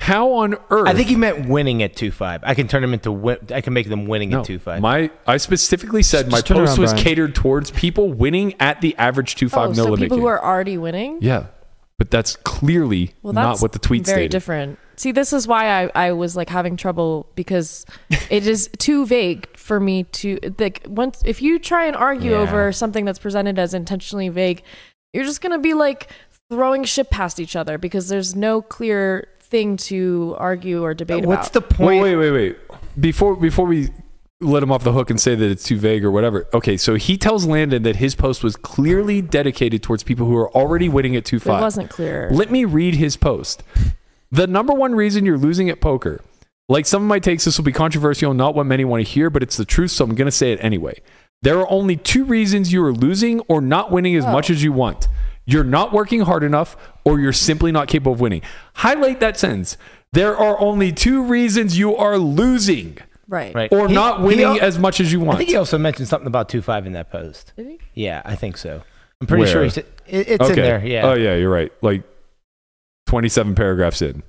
How on earth?
I think he meant winning at two five. I can turn him into. Win- I can make them winning
No,
at two five.
my I specifically said
Just
my
turn
post
around,
was
Brian.
catered towards people winning at the average two five
oh,
no
so
limit.
people who
game.
are already winning.
yeah, but that's clearly
Well,
not
that's
what the tweet
very
stated.
different. See, this is why I, I was like having trouble because it is too vague for me to like once if you try and argue
Yeah.
over something that's presented as intentionally vague, you're just gonna be like throwing shit past each other because there's no clear thing to argue or debate
What's
about.
the
Wait,
point?
wait, wait, wait. Before before we let him off the hook and say that it's too vague or whatever. Okay, so he tells Landon that his post was clearly dedicated towards people who are already winning at two
it
five.
wasn't clear.
Let me read his post. The number one reason you're losing at poker. Like some of my takes, this will be controversial, not what many want to hear, but it's the truth, so I'm going to say it anyway. There are only two reasons you are losing or not winning as
Oh.
much as you want. You're not working hard enough, or you're simply not capable of winning. Highlight that sentence. There are only two reasons you are losing
right.
Right.
or
He-
not
he
winning
al-
as much as you
I
want.
think he also mentioned something about two five in that post.
Did he?
Yeah, I think so. I'm pretty sure
Where?
he said it, it's in there. Yeah.
Oh, yeah, you're right. Like 27 paragraphs in.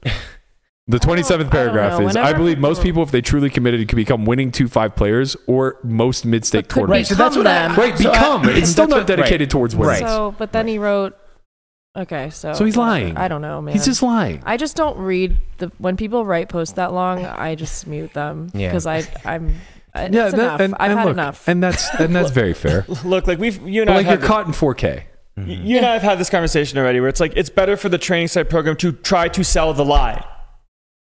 The
don't-
27th
I don't
paragraph
know.
is I
Whenever
believe most
people-
people, if they truly committed, could become winning two five players or most mid stake
But could
Right.
tournaments.
So that's
Become
what I-
them.
I,
Right,
so I-
become. it's still
that's
not
what-
dedicated
right.
towards winning.
Right.
So, but then he wrote, okay, so
So he's lying.
I don't know, man.
He's just lying.
I just don't read the when people write posts that long. I just mute them
Yeah.
because I I'm it's
that-
enough. I've had
look,
enough.
And that's and that's very fair.
Look, like we've you and
But
I
like you're
have had
caught in 4K.
You and I have had this conversation already where it's like it's better for the training site program to try to sell the lie.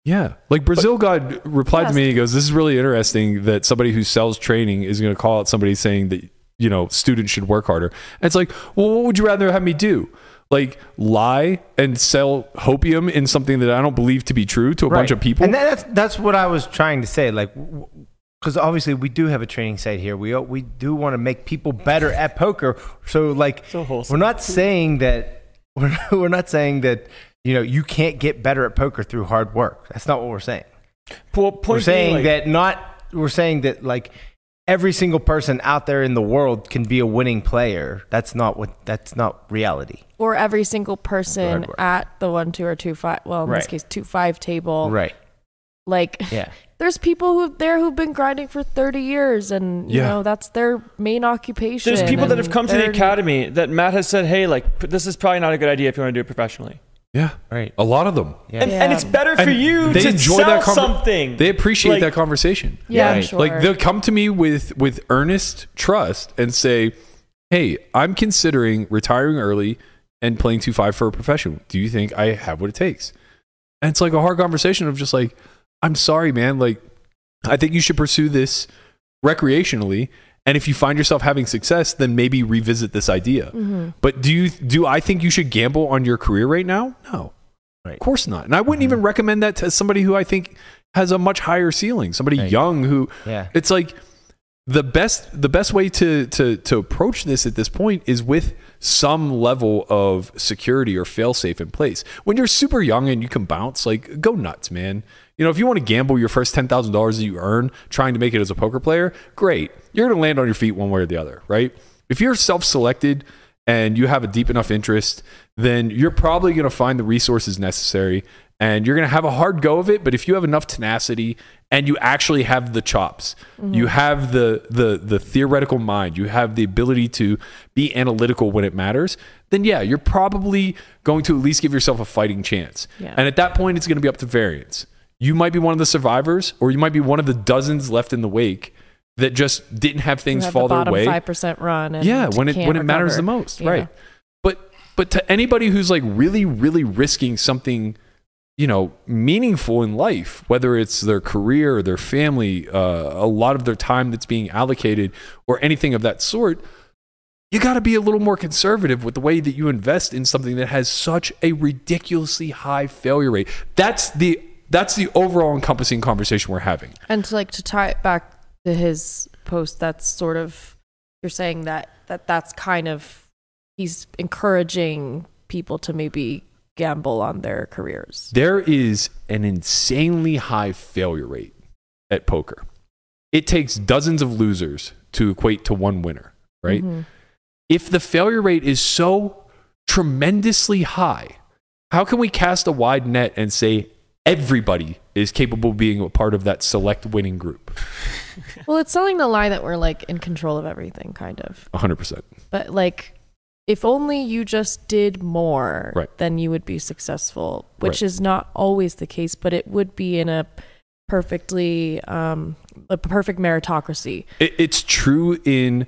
Yeah. Like Brazil God replied to
Yes.
me, he goes, This is really interesting that somebody who sells training is going to call out somebody saying that, you know, students should work harder. And it's like, Well, what would you rather have me do? Like lie and sell hopium in something that I don't believe to be true to a bunch
Right.
of people?
And that- that's that's what I was trying to say. Like, because obviously we do have a training site here. We uh, we do want to make people better at poker. So like,
So wholesome.
we're not saying that we're, we're not saying that you know you can't get better at poker through hard work. That's not what we're saying.
Po- Point
we're saying
being, like,
that not. We're saying that like every single person out there in the world can be a winning player. That's not what. That's not reality.
or every single person
Hard work.
at the one two or two five. Well, in this
Right.
case, two five table.
Right.
Like
Yeah.
there's people who there who've been grinding for thirty years, and you
Yeah.
know that's their main occupation.
there's people that
and
have come to the
they're-
academy that Matt has said, hey, like p- this is probably not a good idea if you want to do it professionally.
yeah.
Right.
A lot of them.
Yeah.
And, and it's better for
And
you to sell
conver-
something.
They appreciate
Like,
that conversation.
Yeah, I'm
Right.
sure.
Like they'll come to me with with earnest trust and say, "Hey, I'm considering retiring early and playing two five for a profession. Do you think I have what it takes?" And it's like a hard conversation of just like, "I'm sorry, man. Like, I think you should pursue this recreationally." And if you find yourself having success, then maybe revisit this idea. But do you do I think you should gamble on your career right now? No. Of course not. And I
Mm-hmm.
wouldn't even recommend that to somebody who I think has a much higher ceiling, somebody
Right.
young who
Yeah.
it's like the best the best way to to to approach this at this point is with some level of security or failsafe in place. When you're super young and you can bounce, like go nuts, man. You know, if you want to gamble your first ten thousand dollars that you earn trying to make it as a poker player, great. You're gonna land on your feet one way or the other, right? If you're self-selected and you have a deep enough interest, then you're probably going to find the resources necessary and you're going to have a hard go of it, but if you have enough tenacity and you actually have the chops,
Mm-hmm.
you have the the the theoretical mind, you have the ability to be analytical when it matters, then yeah, you're probably going to at least give yourself a fighting chance.
Yeah.
And at that point it's going to be up to variance. You might be one of the survivors or you might be one of the dozens left in the wake that just didn't have
who
things
have
fall
the
their
bottom
way
five percent run. And
yeah when it
can't
when it matters
recover.
the most
Yeah.
right but but to anybody who's like really really risking something you know meaningful in life whether it's their career their family uh, a lot of their time that's being allocated or anything of that sort you got to be a little more conservative with the way that you invest in something that has such a ridiculously high failure rate that's the that's the overall encompassing conversation we're having
And to like to tie it back to his post, that's sort of you're saying that that that's kind of he's encouraging people to maybe gamble on their careers.
there is an insanely high failure rate at poker. It takes dozens of losers to equate to one winner, right? If the failure rate is so tremendously high, how can we cast a wide net and say everybody is capable of being a part of that select winning group.
Well, it's selling the lie that we're like in control of everything, kind of.
100%.
But like, if only you just did more,
Right.
then you would be successful,
Right.
which is not always the case, but it would be in a perfectly, um, a perfect meritocracy.
It, it's true in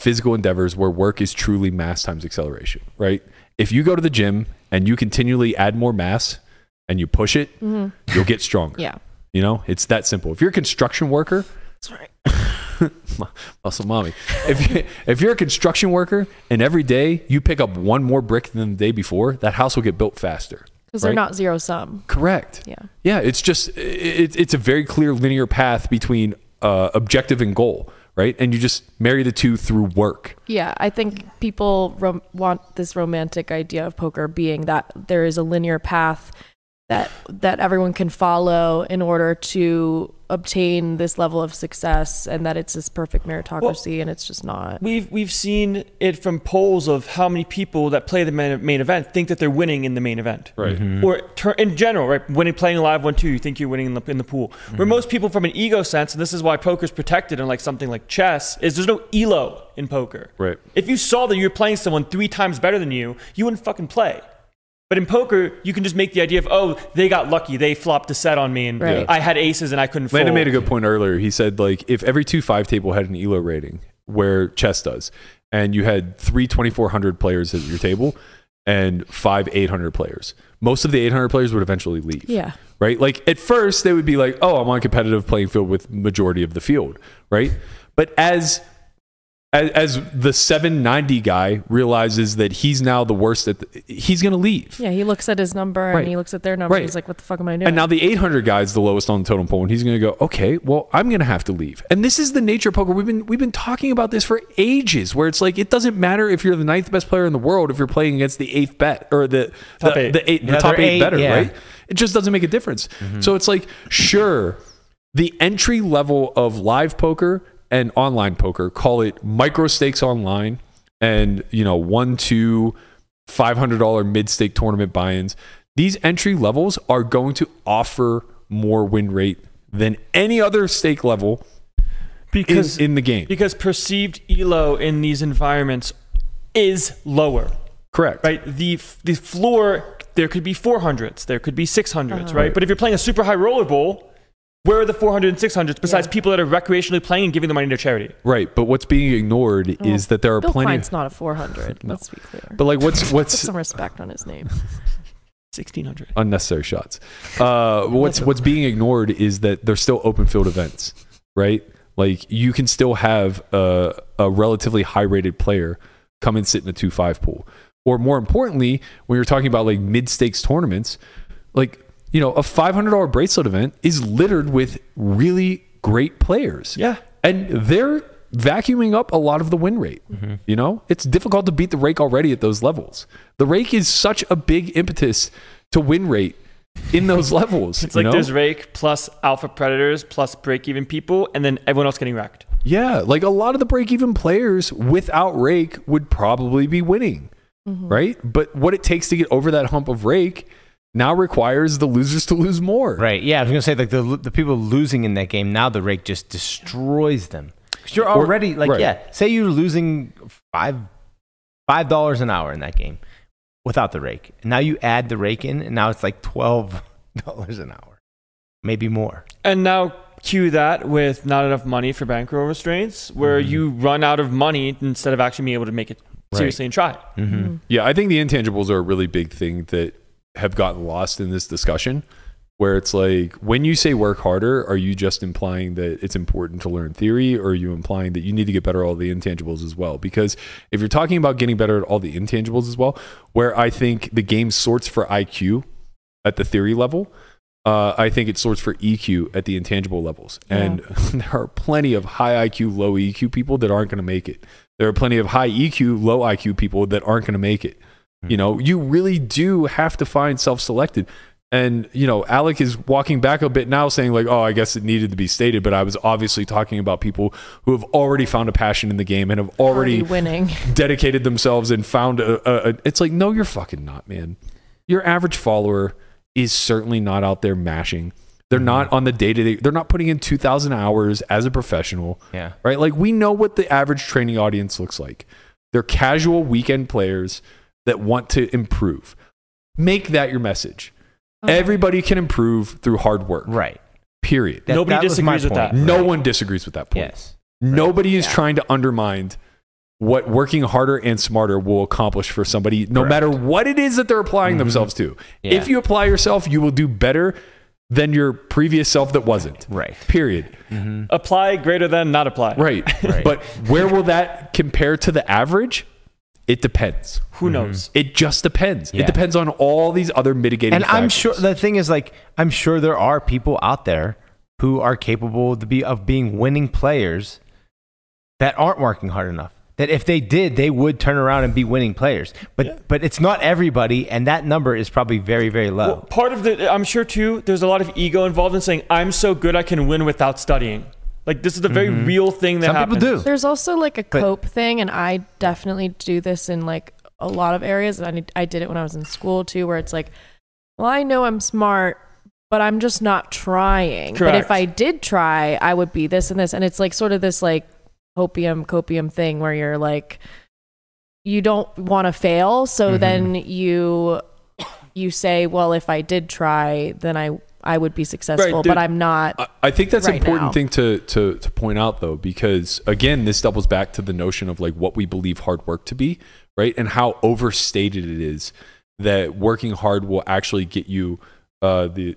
physical endeavors where work is truly mass times acceleration, right? If you go to the gym and you continually add more mass and you push it, you'll get stronger.
Mm-hmm. Yeah.
You know, it's that simple. If you're a construction worker,
That's right.
muscle mommy. If you, if you're a construction worker and every day you pick up one more brick than the day before, that house will get built faster.
Because
Right.
they're not zero sum.
Correct.
Yeah.
Yeah, it's just it, it's a very clear linear path between uh, objective and goal, right? And you just marry the two through work.
Yeah, I think people rom- want this romantic idea of poker being that there is a linear path that that everyone can follow in order to obtain this level of success, and that it's this perfect meritocracy, and it's just not.
We've we've seen it from polls of how many people that play the main, main event think that they're winning in the main event,
Right.
Or tur in general, right? When you're playing live one two, you think you're winning in the, in the pool. Where most people, from an ego sense, and this is why poker's protected, and like something like chess, is there's no elo in poker.
Right.
If you saw that you're playing someone three times better than you, you wouldn't fucking play. But in poker, you can just make the idea of, oh, they got lucky. They flopped a set on me, and
Right.
I had aces and I couldn't.
Landon
fold.
made a good point earlier. He said like if every two five table had an Elo rating where chess does, and you had three 2400 players at your table and five 800 players, most of the 800 players would eventually leave.
Yeah.
Right. Like at first they would be like, oh, I'm on a competitive playing field with majority of the field. Right. But as as, as the 790 guy realizes that he's now the worst at the, he's going to leave.
Yeah, he looks at his number
Right.
and he looks at their number.
Right.
He's like, "What the fuck am I doing?"
And now the 800 guy's the lowest on the totem pole, and he's going to go, okay, well, I'm going to have to leave. And this is the nature of poker. We've been we've been talking about this for ages, where it's like it doesn't matter if you're the ninth best player in the world if you're playing against the eighth bet or the
Top
the,
eight.
Uh,
Mm-hmm.
the, eight, the
Yeah,
top
they're
eight,
eight,
better,
yeah.
right? It just doesn't make a difference. So it's like, sure, the entry level of live poker and online poker, call it micro stakes online and you know one two five hundred dollar mid stake tournament buy ins. These entry levels are going to offer more win rate than any other stake level in,
because
in the game.
because perceived elo in these environments is lower
Correct.
right the the floor there could be 400s there could be 600s
Uh-huh.
right but if you're playing a super high roller bowl where are the 400 and 600s besides people that are recreationally playing and giving the money to charity
Right. But what's being ignored
Well,
is that there are
Oh. Bill
plenty.
Klein's not a 400. Let's be clear.
but like, what's
Put
what's
some respect on his name.
1600
unnecessary shots. Uh, what's what's being ignored is that they're still open field events, right? Like you can still have a, a relatively high rated player come and sit in a two five pool, or more importantly, when you're talking about like mid stakes tournaments, like you know a five hundred dollar bracelet event is littered with really great players,
Yeah.
and they're vacuuming up a lot of the win rate.
Mm-hmm.
You know, it's difficult to beat the rake already at those levels. The rake is such a big impetus to win rate in those levels.
it's like
you know?
there's rake plus alpha predators plus break even people and then everyone else getting wrecked
yeah, like a lot of the break even players without rake would probably be winning, right? But what it takes to get over that hump of rake now requires the losers to lose more.
Right. Yeah, I was gonna say like the the people losing in that game now the rake just destroys them because you're
Or-
already like
right.
yeah. Say you're losing five five dollars an hour in that game without the rake, and now you add the rake in, and now it's like twelve dollars an hour, maybe more.
And now cue that with not enough money for bankroll restraints,
Mm-hmm.
where you run out of money instead of actually being able to make it seriously and try. it.
Mm-hmm.
Yeah, I think the intangibles are a really big thing that have gotten lost in this discussion. Where it's like, when you say work harder, are you just implying that it's important to learn theory, or are you implying that you need to get better at all the intangibles as well? Because if you're talking about getting better at all the intangibles as well, where I think the game sorts for IQ at the theory level, uh, I think it sorts for EQ at the intangible levels. And there are plenty of high IQ, low EQ people that aren't going to make it. There are plenty of high EQ, low IQ people that aren't going to make it. You know, you really do have to find self selected. And, you know, Alec is walking back a bit now saying, like, oh, I guess it needed to be stated, but I was obviously talking about people who have already found a passion in the game and have already
Already winning.
dedicated themselves and found a, a, a- it's like no you're fucking not man your average follower is certainly not out there mashing. They're
Mm-hmm.
not on the day to day. They're not putting in 2,000 hours as a professional,
Yeah.
right? Like, we know what the average training audience looks like. They're casual weekend players that want to improve. Make that your message. Everybody can improve through hard work,
Right.
period.
That-
Nobody
that was my
disagrees with
point.
that.
No one disagrees with that point.
Yes.
Nobody is trying to undermine what working harder and smarter will accomplish for somebody, no matter what it is that they're applying
Mm-hmm.
themselves to.
Yeah.
If you apply yourself, you will do better than your previous self that wasn't.
Right.
Period.
Apply greater than not apply.
Right.
Right.
But where will that compare to the average? It depends.
Who knows?
It just depends.
Yeah.
It depends on all these other mitigating
and I'm sure
factors.
the thing is like I'm sure there are people out there who are capable to be of being winning players that aren't working hard enough. That if they did, they would turn around and be winning players. But but it's not everybody, and that number is probably very very low.
Well, part of the, I'm sure too, there's a lot of ego involved in saying, I'm so good I can win without studying. Like, this is the very
Mm-hmm.
real thing that
Some
happens.
people do.
There's also like a cope thing, and I definitely do this in like a lot of areas. And I, need- I did it when I was in school too, where it's like, well, I know I'm smart, but I'm just not trying. But
Correct.
if I did try, I would be this and this. And it's like sort of this like opium, copium thing where you're like, you don't want to fail. So
Mm-hmm.
then you you say, well, if I did try, then I I would be successful,
dude.
but I'm not.
I- I think that's an
right
important
now.
thing to, to to point out though, because again, this doubles back to the notion of like what we believe hard work to be, right? And how overstated it is that working hard will actually get you uh the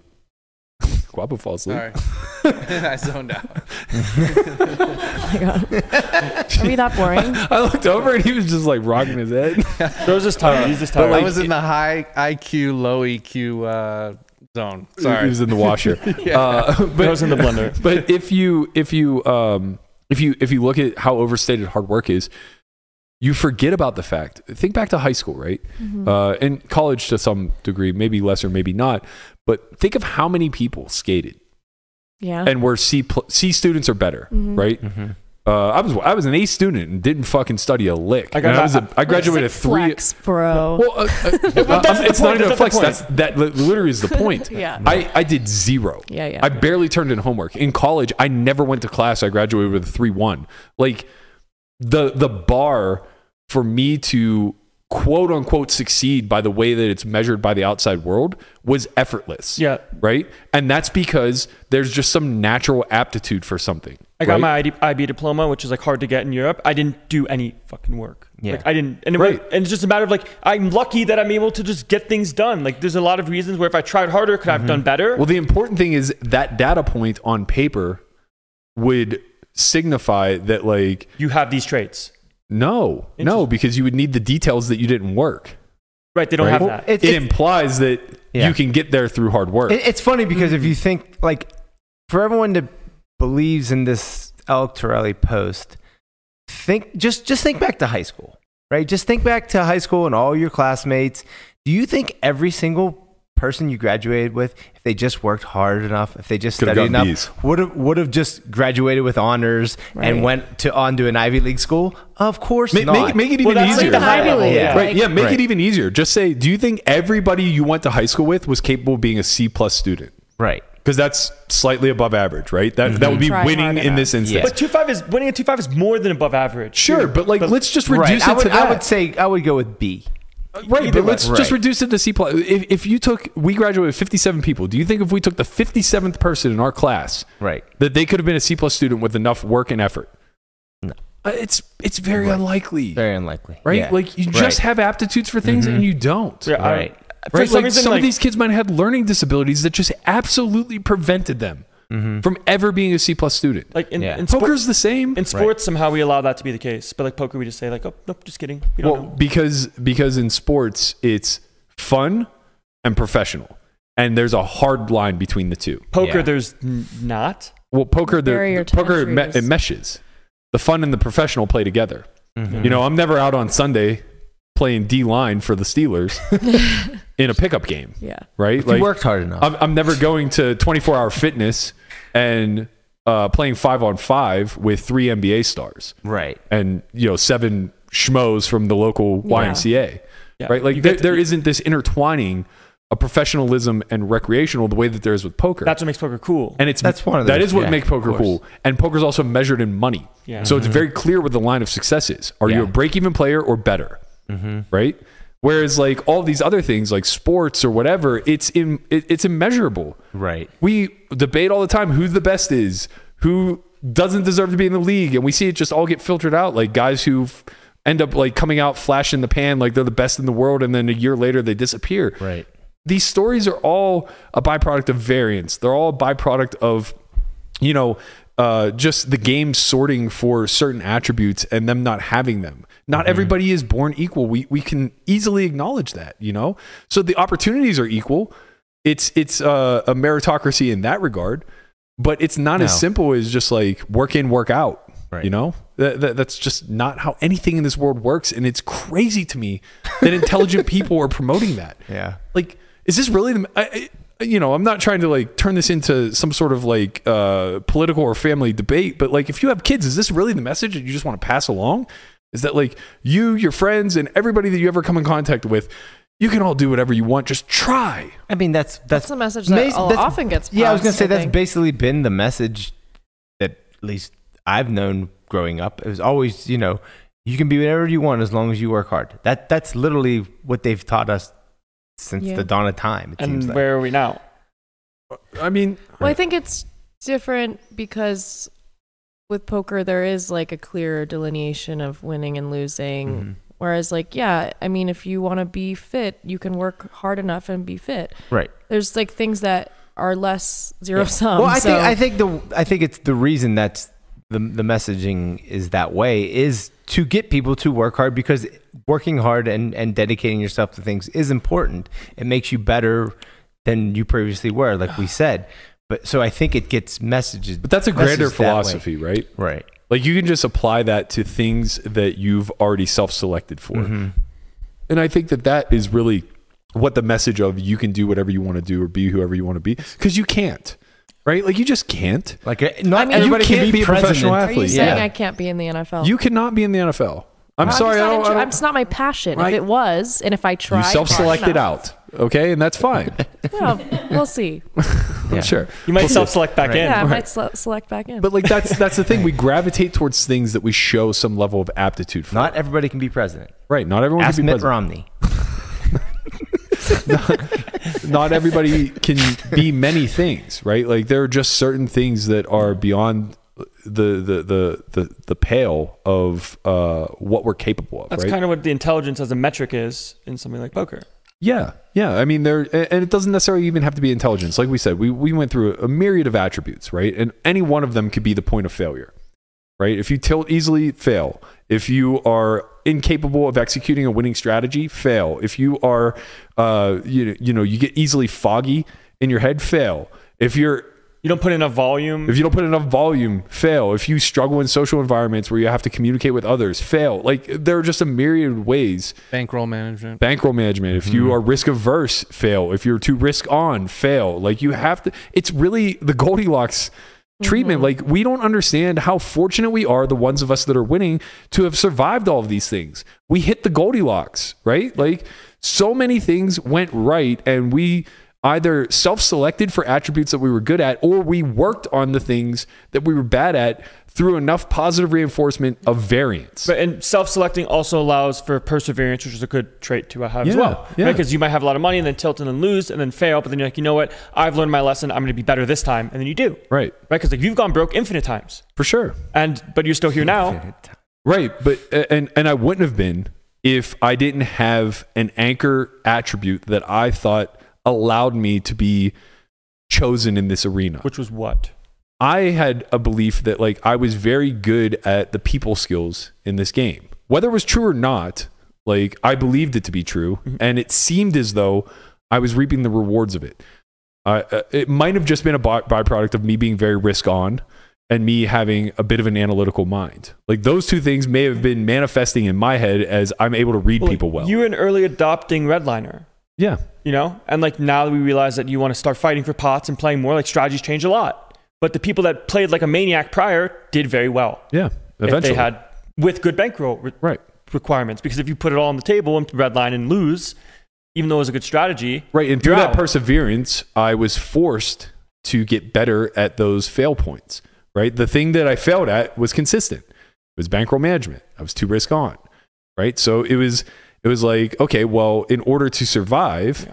Guapo falls asleep.
Sorry. I zoned out.
Oh my God. Are we that boring?
I looked over and he was just like rocking his head.
There's this time. He's this time.
I was in the high IQ, low EQ uh, zone.
he
Sorry.
was in the washer. uh, but,
I was in the blender.
but if you if you um if you if you look at how overstated hard work is you forget about the fact think back to high school right
Mm-hmm.
uh, and college to some degree maybe lesser maybe not but think of how many people skated
Yeah.
and were c pl- c students or better right uh, i was i was an a student and didn't fucking study a lick
I
i,
got
and I,
my-
was a, I graduated
Six
three
flex, bro.
well, uh, uh,
that's the
it's not even
point, that's
a
the
flex.
point.
That's that li- literally is the point.
Yeah.
I, I did zero.
Yeah, yeah.
I barely turned in homework in college. I never went to class. I graduated with a three one. Like the the bar for me to quote unquote succeed by the way that it's measured by the outside world was effortless.
Yeah.
Right. And that's because there's just some natural aptitude for something.
I got
right?
my ID, IB diploma, which is like hard to get in Europe. I didn't do any fucking work.
Yeah.
Like I didn't, and, it
Right.
was- and it's just a matter of like I'm lucky that I'm able to just get things done. Like there's a lot of reasons where if I tried harder, could I have done better?
Mm-hmm. Well, the important thing is that data point on paper would signify that like
you have these traits,
No, no,
Interesting.
because you would need the details that you didn't work.
right? They don't
Right.
have
Well,
that.
It-
It,
it's-
implies that
Yeah.
you can get there through hard work.
It, it's funny because if you think like for everyone that believes in this El Torelli post, think just just think back to high school, right? Just think back to high school and all your classmates. Do you think every single person you graduated with, if they just worked hard enough, if they just
Could've
studied
gotten Bs.
enough, would have would have just graduated with honors
Right.
and went to on to an Ivy League school? Of course
Ma-
not.
make, make it
Well,
even
that's
easier.
like the high
Ivy
level.
League,
Yeah.
right. Yeah, make
Right.
it even easier. Just say, do you think everybody you went to high school with was capable of being a C plus student?
right.
Because that's slightly above average, right? That
Mm-hmm.
that would be
Try hard
winning in
enough.
this instance.
But two five is winning at two five is more than above average.
Sure, but like let's just reduce
Right.
it
I would,
to
I
that.
would say I would go with B.
Right,
Either
but
way.
let's just
Right.
reduce it to C plus. If, if you took, we graduated fifty seven people. Do you think if we took the fifty seventh person in our class,
Right.
that they could have been a C plus student with enough work and effort?
No.
Uh, it's it's very unlikely,
Very unlikely.
right?
Yeah.
Like you just
Right.
have aptitudes for things and you don't.
Yeah, I-
Right.
for
Right,
some
like
reason,
some
like,
of these kids might have had learning disabilities that just absolutely prevented them from ever being a C plus student.
like in,
Yeah.
in, sport-
Poker's the same.
in sports, somehow we allow that to be the case. But like poker, we just say like, oh nope, just kidding. We don't
Well,
know.
because because in sports it's fun and professional, and there's a hard line between the two.
Poker,
yeah.
there's n- not.
Well, poker the,
barrier to
poker it,
entry
me-
is-
it meshes. The fun and the professional play together. You know, I'm never out on Sunday playing D line for the Steelers in a pickup game,
yeah.
right?
If you worked hard enough.
I'm, I'm never going to 24 hour fitness and uh, playing five on five with three NBA stars
Right.
and you know seven schmoes from the local
Yeah.
YMCA,
Yeah.
right? Like
You
there,
get to-
there isn't this intertwining a professionalism and recreational the way that there is with poker.
That's what makes poker cool.
and it's
That's one of
that
those,
is what
yeah,
makes
of
poker
course.
cool. And poker's also measured in money.
Yeah. Mm-hmm.
So it's very clear what the line of success is. Are you
Yeah.
a break even player or better?
Mm-hmm.
Right? Whereas like all these other things like sports or whatever, it's in it, it's immeasurable.
Right.
We debate all the time who the best is, who doesn't deserve to be in the league, and we see it just all get filtered out. Like guys who f- end up like coming out flash in the pan, like they're the best in the world, and then a year later they disappear
Right.
these stories are all a byproduct of variance. They're all a byproduct of, you know, uh, just the game sorting for certain attributes and them not having them. Not
Mm-hmm.
everybody is born equal. We we can easily acknowledge that, you know. So the opportunities are equal. It's it's uh, a meritocracy in that regard, but it's not
No.
as simple as just like work in, work out.
Right.
You know, that, that, that's just not how anything in this world works, and it's crazy to me that intelligent people are promoting that
Yeah.
like is this really the I, I, you know i'm not trying to like turn this into some sort of like uh political or family debate but like if you have kids is this really the message that you just want to pass along is that like you your friends and everybody that you ever come in contact with you can all do whatever you want just try
I mean, that's that's,
That's the message that all- often gets
Yeah, I was gonna
passed,
say
I
that's
think.
basically been the message that at least I've known growing up. It was always, you know, you can be whatever you want as long as you work hard. That that's literally what they've taught us since
Yeah.
the dawn of time. It seems
and
like.
where are we now?
i mean
Well, I think it's different because with poker there is like a clear delineation of winning and losing. Whereas, like, yeah, I mean, if you want to be fit, you can work hard enough and be fit.
right.
There's like things that are less zero
Yeah.
sum.
Well, I
so-
think I think the I think it's the reason that's the the messaging is that way is to get people to work hard because working hard and and dedicating yourself to things is important. It makes you better than you previously were, like we said. But so I think it gets messages.
but that's a grander
messaged that way.
philosophy right
right?
like you can just apply that to things that you've already self-selected for and i think that that is really what the message of you can do whatever you want to do or be whoever you want to be because you can't right like you just can't
Like uh, not
I mean-
everybody
You
can
can't
be
be a professional
president.
Are you
athlete,
saying
yeah.
I can't be in the NFL?
you cannot be in the nfl i'm
I'm
sorry
Just
i
not
don't,
inter-
I
I'm- Oh. it's not my passion.
Right.
If it was, and if I
don't you
tried,
self-selected out okay and that's fine
Yeah, we'll see.
Yeah.
sure
You might self-select back in.
Yeah, I
Right.
might sele- select back in.
but like that's that's the thing we gravitate towards things that we show some level of aptitude for
Not everybody can be president.
right not everyone
Ask
can be
Mitt
president.
Romney.
not everybody can be many things, right? Like there are just certain things that are beyond the the the the, the pale of uh, what we're capable of,
That's
right?
kind of what the intelligence as a metric is in something like poker.
yeah, yeah. I mean, there, a- and it doesn't necessarily even have to be intelligence. Like we said, we we went through a myriad of attributes, right? And any one of them could be the point of failure. right? If you tilt easily, fail. If you are incapable of executing a winning strategy, fail. If you are, uh, you, you know, you get easily foggy in your head, fail. If you're
You don't put in a volume.
if you don't put enough volume, fail. If you struggle in social environments where you have to communicate with others, fail. Like there are just a myriad ways.
Bankroll management.
Bankroll management. If you are risk averse, fail. If you're too risk on, fail. Like you have to. It's really the Goldilocks treatment. Like we don't understand how fortunate we are, the ones of us that are winning, to have survived all of these things. We hit the Goldilocks, right? Like so many things went right, and we either self-selected for attributes that we were good at or we worked on the things that we were bad at through enough positive reinforcement of variance.
But and self-selecting also allows for perseverance, which is a good trait to have as
Yeah,
well.
yeah.
Because you might have a lot of money and then tilt and then lose and then fail, but then you're like, you know what? I've learned my lesson. I'm going to be better this time, and then you do. Right.
right.
Because like you've gone broke infinite times,
For sure.
and but you're still here now.
Right, but and and I wouldn't have been if I didn't have an anchor attribute that I thought allowed me to be chosen in this arena.
Which was what?
I had a belief that like I was very good at the people skills in this game. Whether it was true or not, like I believed it to be true
Mm-hmm.
and it seemed as though I was reaping the rewards of it. I- Uh, it might have just been a by- byproduct of me being very risk on and me having a bit of an analytical mind. Like those two things may have been manifesting in my head as I'm able to read
Well,
people well.
You were an early adopting redliner,
yeah.
you know, and like now that we realize that you want to start fighting for pots and playing more, like strategies change a lot. But the people that played like a maniac prior did very well.
Yeah.
if
Eventually.
they had with good bankroll re-
right.
requirements. Because if you put it all on the table and red line and lose, even though it was a good strategy.
Right. And through
You're
that
out.
perseverance, I was forced to get better at those fail points. Right. The thing that I failed at was consistent. It was bankroll management. I was too risk on. Right. So it was it was like, okay, well, in order to survive,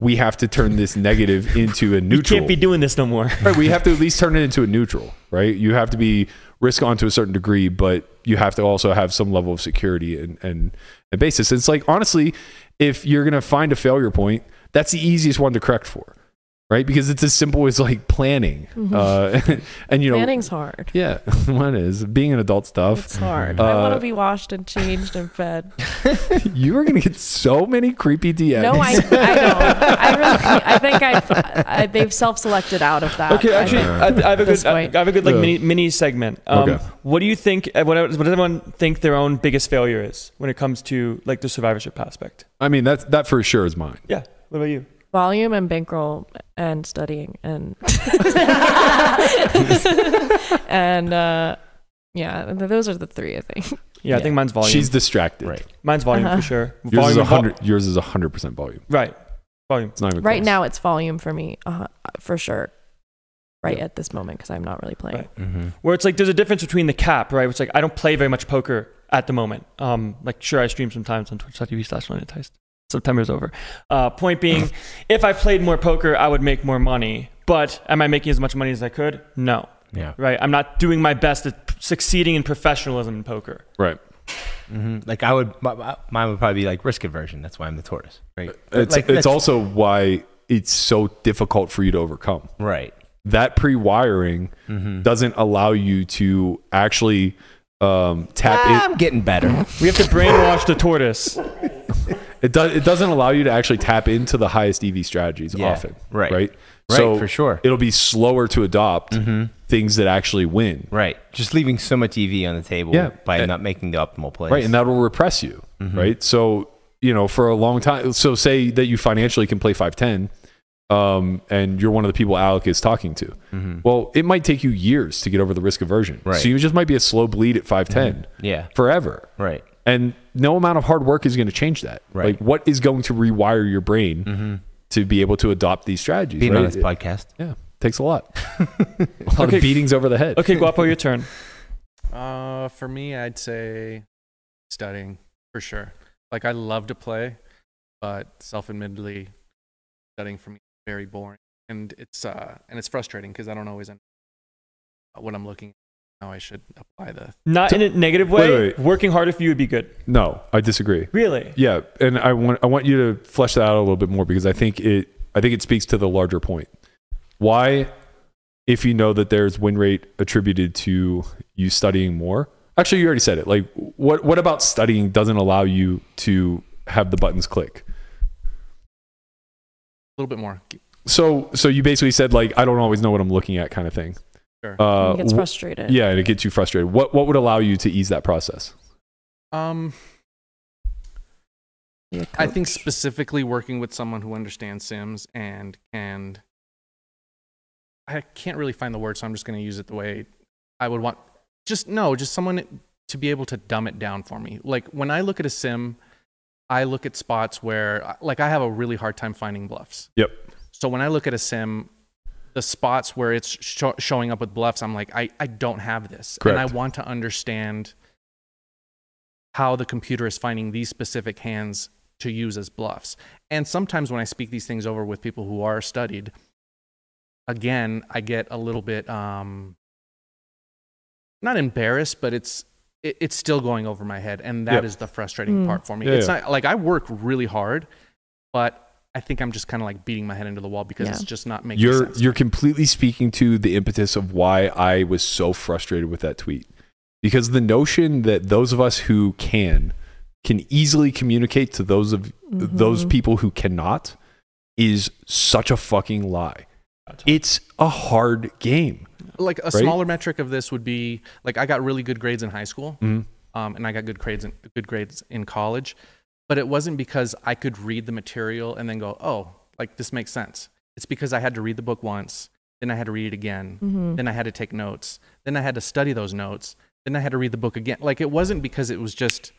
we have to turn this negative into a
You
neutral.
can't be doing this no more.
right, we have to at least turn it into a neutral, right? You have to be risk on to a certain degree, but you have to also have some level of security and and, and basis. It's like honestly, if you're gonna find a failure point, that's the easiest one to correct for, right? Because it's as simple as like planning,
Mm-hmm.
uh, and you know,
Planning's hard.
yeah, one is being an adult
It's
stuff.
hard. I
Uh,
want to be washed and changed and fed.
You are gonna get so many creepy DMs.
No, I, I don't. I really, I think I've, I, they've self-selected out of that.
Okay,
I
actually,
think.
I, I have a
At this
good, I,
point.
I have a good like
Yeah.
mini mini segment. Um,
Okay.
What do you think? uh, What, what does everyone think their own biggest failure is when it comes to like the survivorship aspect?
I mean that's that for sure is mine.
Yeah. What about you?
volume and bankroll and studying and and uh, yeah, th- those are the three I think.
Yeah, I
Yeah.
think mine's volume.
She's distracted.
Right.
mine's volume
Uh-huh.
for sure.
Yours
volume
is
and vol-
hundred. yours is hundred percent volume.
Right. Volume.
It's not even
Right
close.
now, it's volume for me uh, for sure. Right at this moment because I'm not really playing.
Right.
Mm-hmm.
Where it's like there's a difference between the cap, right? It's like I don't play very much poker at the moment. Um, like sure, I stream sometimes on twitch.tv slash monetized. September's over. Uh, point being, if I played more poker, I would make more money. But am I making as much money as I could? No.
Yeah.
right? I'm not doing my best at p- succeeding in professionalism in poker.
Right.
hmm Like I would, my- my, mine would probably be like risk aversion. That's why I'm the tortoise. Right.
It's,
Like,
it's
that's-
also why it's so difficult for you to overcome.
right.
That pre wiring
Mm-hmm.
doesn't allow you to actually um, tap
I'm getting better.
We have to brainwash the tortoise.
it. It, does, it doesn't allow you to actually tap into the highest EV strategies
Yeah,
often.
right.
Right.
Right, for sure. Mm-hmm.
It'll be slower to adopt things that actually win.
right. Just leaving so much EV on the table
Yeah.
by
And-
not making the optimal place.
Right. And that will repress you. Right. So, you know, for a long time. So, say that you financially can play 510. Um, and you're one of the people Alec is talking to. Well, it might take you years to get over the risk aversion.
Right.
So you just might be a slow bleed at 510
yeah.
forever.
Right.
And no amount of hard work is going to change that.
Right.
Like, what is going to rewire your brain to be able to adopt these strategies?
Being
right?
on this
It-
podcast.
yeah, takes a lot. a lot
Okay.
of beatings over the head.
Okay, Guapo, your turn.
Uh, for me, I'd say studying for sure. Like I love to play, but self-admittedly, studying for me is very boring, and it's uh, and it's frustrating because I don't always understand what I'm looking. at, How I should apply the.
Not in a negative way.
Wait, wait.
Working harder for you would be good.
No, I disagree.
Really?
Yeah, and I want I want you to flesh that out a little bit more because I think it I think it speaks to the larger point. Why, if you know that there's win rate attributed to you studying more? Actually, you already said it. Like, what what about studying doesn't allow you to have the buttons click?
A little bit more.
So so you basically said like I don't always know what I'm looking at kind of thing.
Sure.
And
Uh,
it gets
wh-
frustrated.
yeah, and it gets you frustrated. What what would allow you to ease that process?
Um,
Yeah,
I think specifically working with someone who understands Sims and and I can't really find the word, so I'm just going to use it the way I would want. Just no, just someone to be able to dumb it down for me. Like when I look at a sim, I look at spots where like I have a really hard time finding bluffs.
Yep.
So when I look at a sim, the spots where it's sho- showing up with bluffs, I'm like, I, I don't have this. And I
Correct.
want to understand how the computer is finding these specific hands to use as bluffs. And sometimes when I speak these things over with people who are studied, again, I get a little bit um, not embarrassed, but it's it, it's still going over my head, and that is
Yep.
the frustrating
Mm.
part for me.
Yeah,
it's
yeah.
not like I work really hard, but I think I'm just kind of like beating my head into the wall because
Yeah.
it's just not making
You're
sense.
you're completely speaking to the impetus of why I was so frustrated with that tweet. Because the notion that those of us who can can easily communicate to those of those people who cannot is such a fucking lie. It's a hard game.
like a
right?
smaller metric of this would be like I got really good grades in high school,
Mhm.
um, and I got good grades in, good grades in college, but it wasn't because I could read the material and then go, oh, like this makes sense. It's because I had to read the book once, then I had to read it again,
Mm-hmm.
then I had to take notes, then I had to study those notes, then I had to read the book again. Like it wasn't because it was just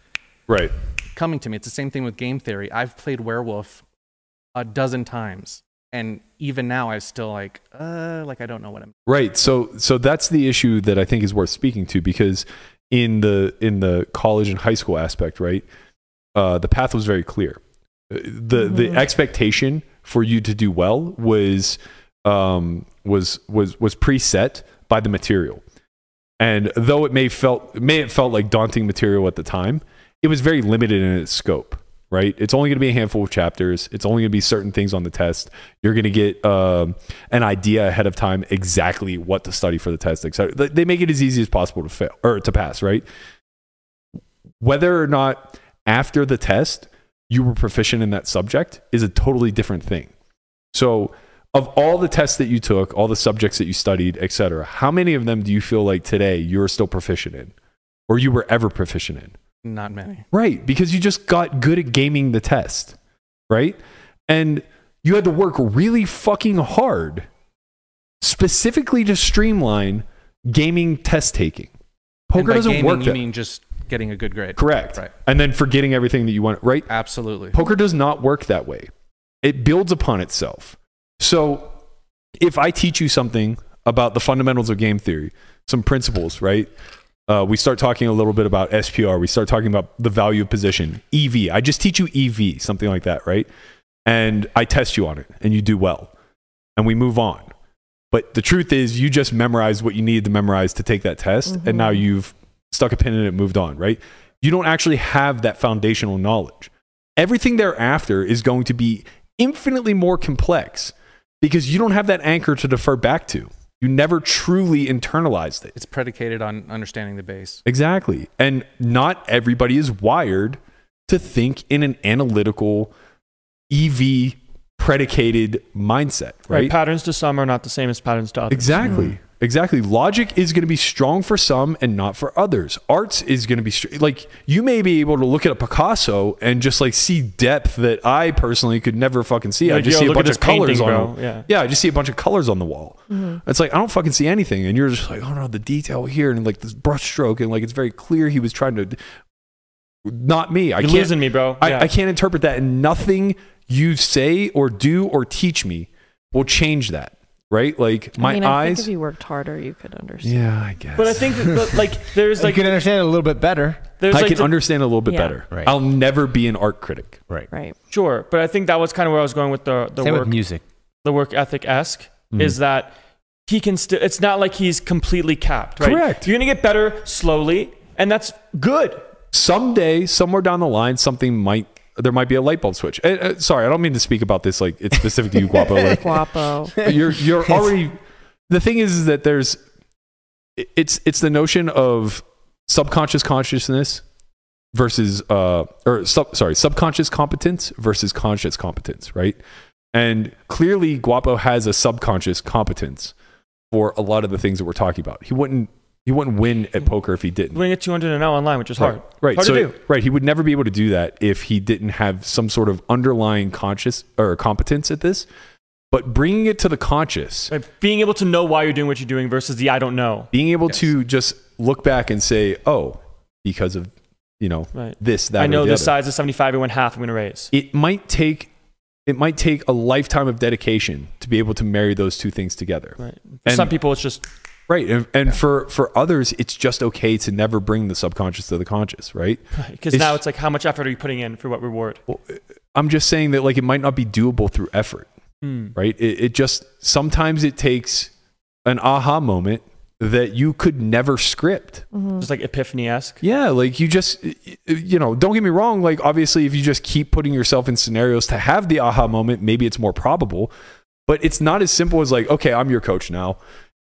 Right.
coming to me. It's the same thing with game theory. I've played werewolf a dozen times, and even now I'm still like, uh, like I don't know what I'm.
Right. So so that's the issue that I think is worth speaking to because in the in the college and high school aspect, right? Uh, the path was very clear. Uh, The the expectation for you to do well was um, was was was preset by the material. And though it may felt may have felt like daunting material at the time, it was very limited in its scope. Right, it's only going to be a handful of chapters. It's only going to be certain things on the test. You're going to get um, an idea ahead of time exactly what to study for the test. etc. They- They make it as easy as possible to fail or to pass. Right, whether or not after the test you were proficient in that subject is a totally different thing. So, of all the tests that you took, all the subjects that you studied, et cetera, how many of them do you feel like today you're still proficient in or you were ever proficient in?
Not many.
Right, because you just got good at gaming the test, right? And you had to work really fucking hard specifically to streamline gaming test taking.
And
Poker
by
doesn't
gaming,
work
you
that-
mean just getting a good grade?
correct.
Right.
And then forgetting everything that you want, right?
Absolutely.
Poker does not work that way. It builds upon itself. So if I teach you something about the fundamentals of game theory, some principles, right? Uh, we start talking a little bit about SPR. We start talking about the value of position, EV. I just teach you EV, something like that, right? And I test you on it and you do well. And we move on. But the truth is, you just memorized what you needed to memorize to take that test. And now you've stuck a pin in it and moved on, right? You don't actually have that foundational knowledge everything thereafter is going to be infinitely more complex because you don't have that anchor to defer back to. You never truly internalized it.
It's predicated on understanding the base.
Exactly. And not everybody is wired to think in an analytical, EV predicated mindset,
Right.
right?
Patterns to some are not the same as patterns to others.
Exactly. Exactly. Logic is going to be strong for some and not for others. Arts is going to be str- like you may be able to look at a Picasso and just like see depth that I personally could never fucking see. I
Like,
just
yo,
see a
look at
bunch
this
of colors
painting,
on.
bro.
Yeah.
Yeah.
yeah, I just see a bunch of colors on the wall.
Mm-hmm.
It's like I don't fucking see anything, and you're just like, oh no, the detail here and like this brush stroke and like it's very clear he was trying to. Not me. I
You're
can't,
losing me, bro.
I,
Yeah.
I can't interpret that, and nothing you say or do or teach me will change that. Right? Like my
I mean, I
eyes.
think if you worked harder, you could understand.
yeah, I guess.
But I think that, but, like there's
you
like
can understand it a little bit better.
there's
I
like
can
the-
understand a little bit
Yeah.
better.
Right.
I'll never be an art critic.
Right.
Right.
sure, but I think that was kind of where I was going with the the
Same
work
with music.
the work ethic esque
Mhm.
is that he can still. It's not like he's completely capped. Right?
Correct.
You're gonna get better slowly, and that's good.
Someday, somewhere down the line, something might there might be a light bulb switch. Uh, uh, sorry, I don't mean to speak about this like it's specific to you, Guapo. Like,
Guapo.
you're you're already the thing is, is that there's it- it's it's the notion of subconscious consciousness versus uh or sub, sorry subconscious competence versus conscious competence right and clearly guapo has a subconscious competence for a lot of the things that we're talking about he wouldn't he wouldn't win at poker if he didn't
Winning at 200 an hour online, which is hard.
Right.
Hard
so,
to do.
right. He would never be able to do that if he didn't have some sort of underlying conscious or competence at this. But bringing it to the conscious,
Like, being able to know why you're doing what you're doing versus the I don't know.
being able to just look back and say, "Oh, because of you know
Right.
this, that,
I
or
know
the
this
other.
size is 75. It went half. I'm gonna raise.
It might take it might take a lifetime of dedication to be able to marry those two things together.
Right. For
And-
some people, it's just
Right. And, and for for others, it's just okay to never bring the subconscious to the conscious. Right.
because
It's-
now it's like how much effort are you putting in for what reward?
I'm just saying that like it might not be doable through effort.
Hmm.
right? It, it just sometimes it takes an aha moment that you could never script.
Just like epiphany esque.
Yeah, like you just, you know, don't get me wrong. Like, obviously, if you just keep putting yourself in scenarios to have the aha moment, maybe it's more probable, but it's not as simple as, like, okay, I'm your coach now,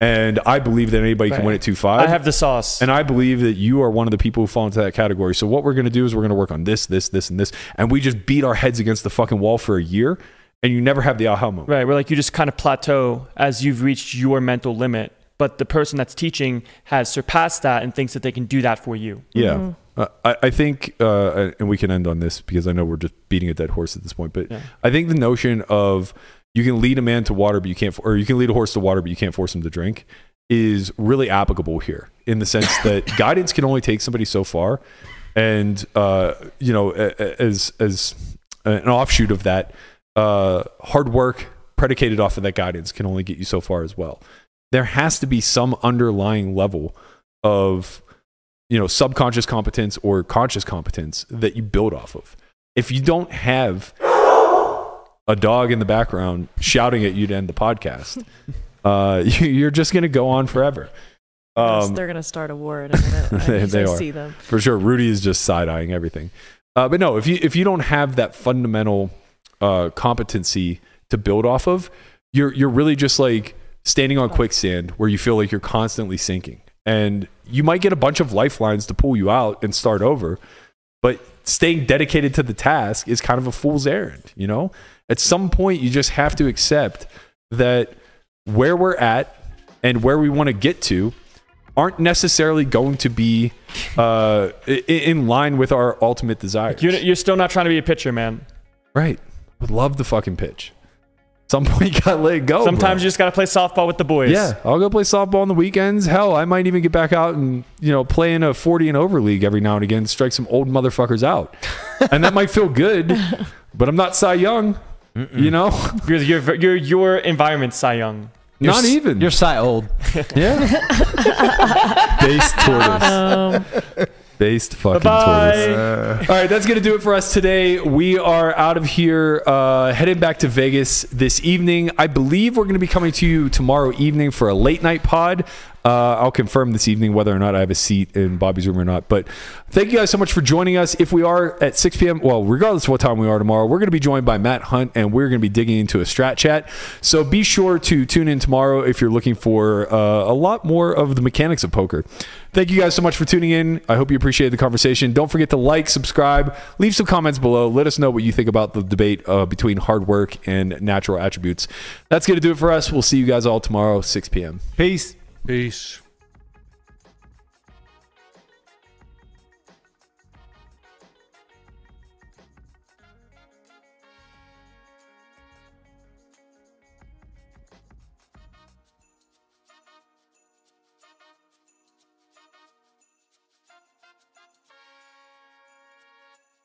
and I believe that anybody can
Right.
win at 2 5.
I have the sauce.
And I believe that you are one of the people who fall into that category. So what we're going to do is we're going to work on this, this, this, and this, and we just beat our heads against the fucking wall for a year, and you never have the aha moment.
Right, where like you just kind of plateau as you've reached your mental limit, but the person that's teaching has surpassed that and thinks that they can do that for you.
Yeah. Uh, I, I think, uh, and we can end on this because I know we're just beating a dead horse at this point, but
Yeah.
I think the notion of you can lead a man to water, but you can't, or you can lead a horse to water, but you can't force him to drink is really applicable here in the sense that guidance can only take somebody so far. And, uh, you know, a- a- as, as an offshoot of that, uh, hard work predicated off of that guidance can only get you so far as well. There has to be some underlying level of you know subconscious competence or conscious competence that you build off of. If you don't have a dog in the background shouting at you to end the podcast, uh, you, you're just going to go on forever.
Yes,
Um,
they're gonna start a war in a minute. I
They-
need
they
to
are.
see them.
for sure. Rudy is just side eyeing everything. Uh, but no, if you if you don't have that fundamental uh, competency to build off of, you're you're really just like standing on quicksand where you feel like you're constantly sinking, and you might get a bunch of lifelines to pull you out and start over. But staying dedicated to the task is kind of a fool's errand, you know. At some point, you just have to accept that where we're at and where we want to get to aren't necessarily going to be uh, i- in line with our ultimate desires.
You're, you're still not trying to be a pitcher, man.
right. Would love the fucking pitch. Some point you gotta let it go.
Sometimes
bro.
you just gotta play softball with the boys.
Oh, Yeah, I'll go play softball on the weekends. Hell, I might even get back out and you know play in a forty and over league every now and again, strike some old motherfuckers out, and that might feel good. But I'm not Cy Young, you know.
Your, your, your, your environment, Cy Young.
You're
not
s-
even.
You're si old.
yeah. Based tortoise.
Um,
Based fucking
Bye-bye.
tortoise. All right, that's going to do it for us today. We are out of here, uh, headed back to Vegas this evening. I believe we're going to be coming to you tomorrow evening for a late night pod. Uh, I'll confirm this evening whether or not I have a seat in Bobby's room or not. But thank you guys so much for joining us. If we are at 6 p.m., well, regardless of what time we are tomorrow, we're going to be joined by Matt Hunt and we're going to be digging into a strat chat. So be sure to tune in tomorrow if you're looking for uh, a lot more of the mechanics of poker. Thank you guys so much for tuning in. I hope you appreciated the conversation. Don't forget to like, subscribe, leave some comments below. Let us know what you think about the debate uh, between hard work and natural attributes. That's going to do it for us. We'll see you guys all tomorrow, 6 p.m.
Peace.
Peace.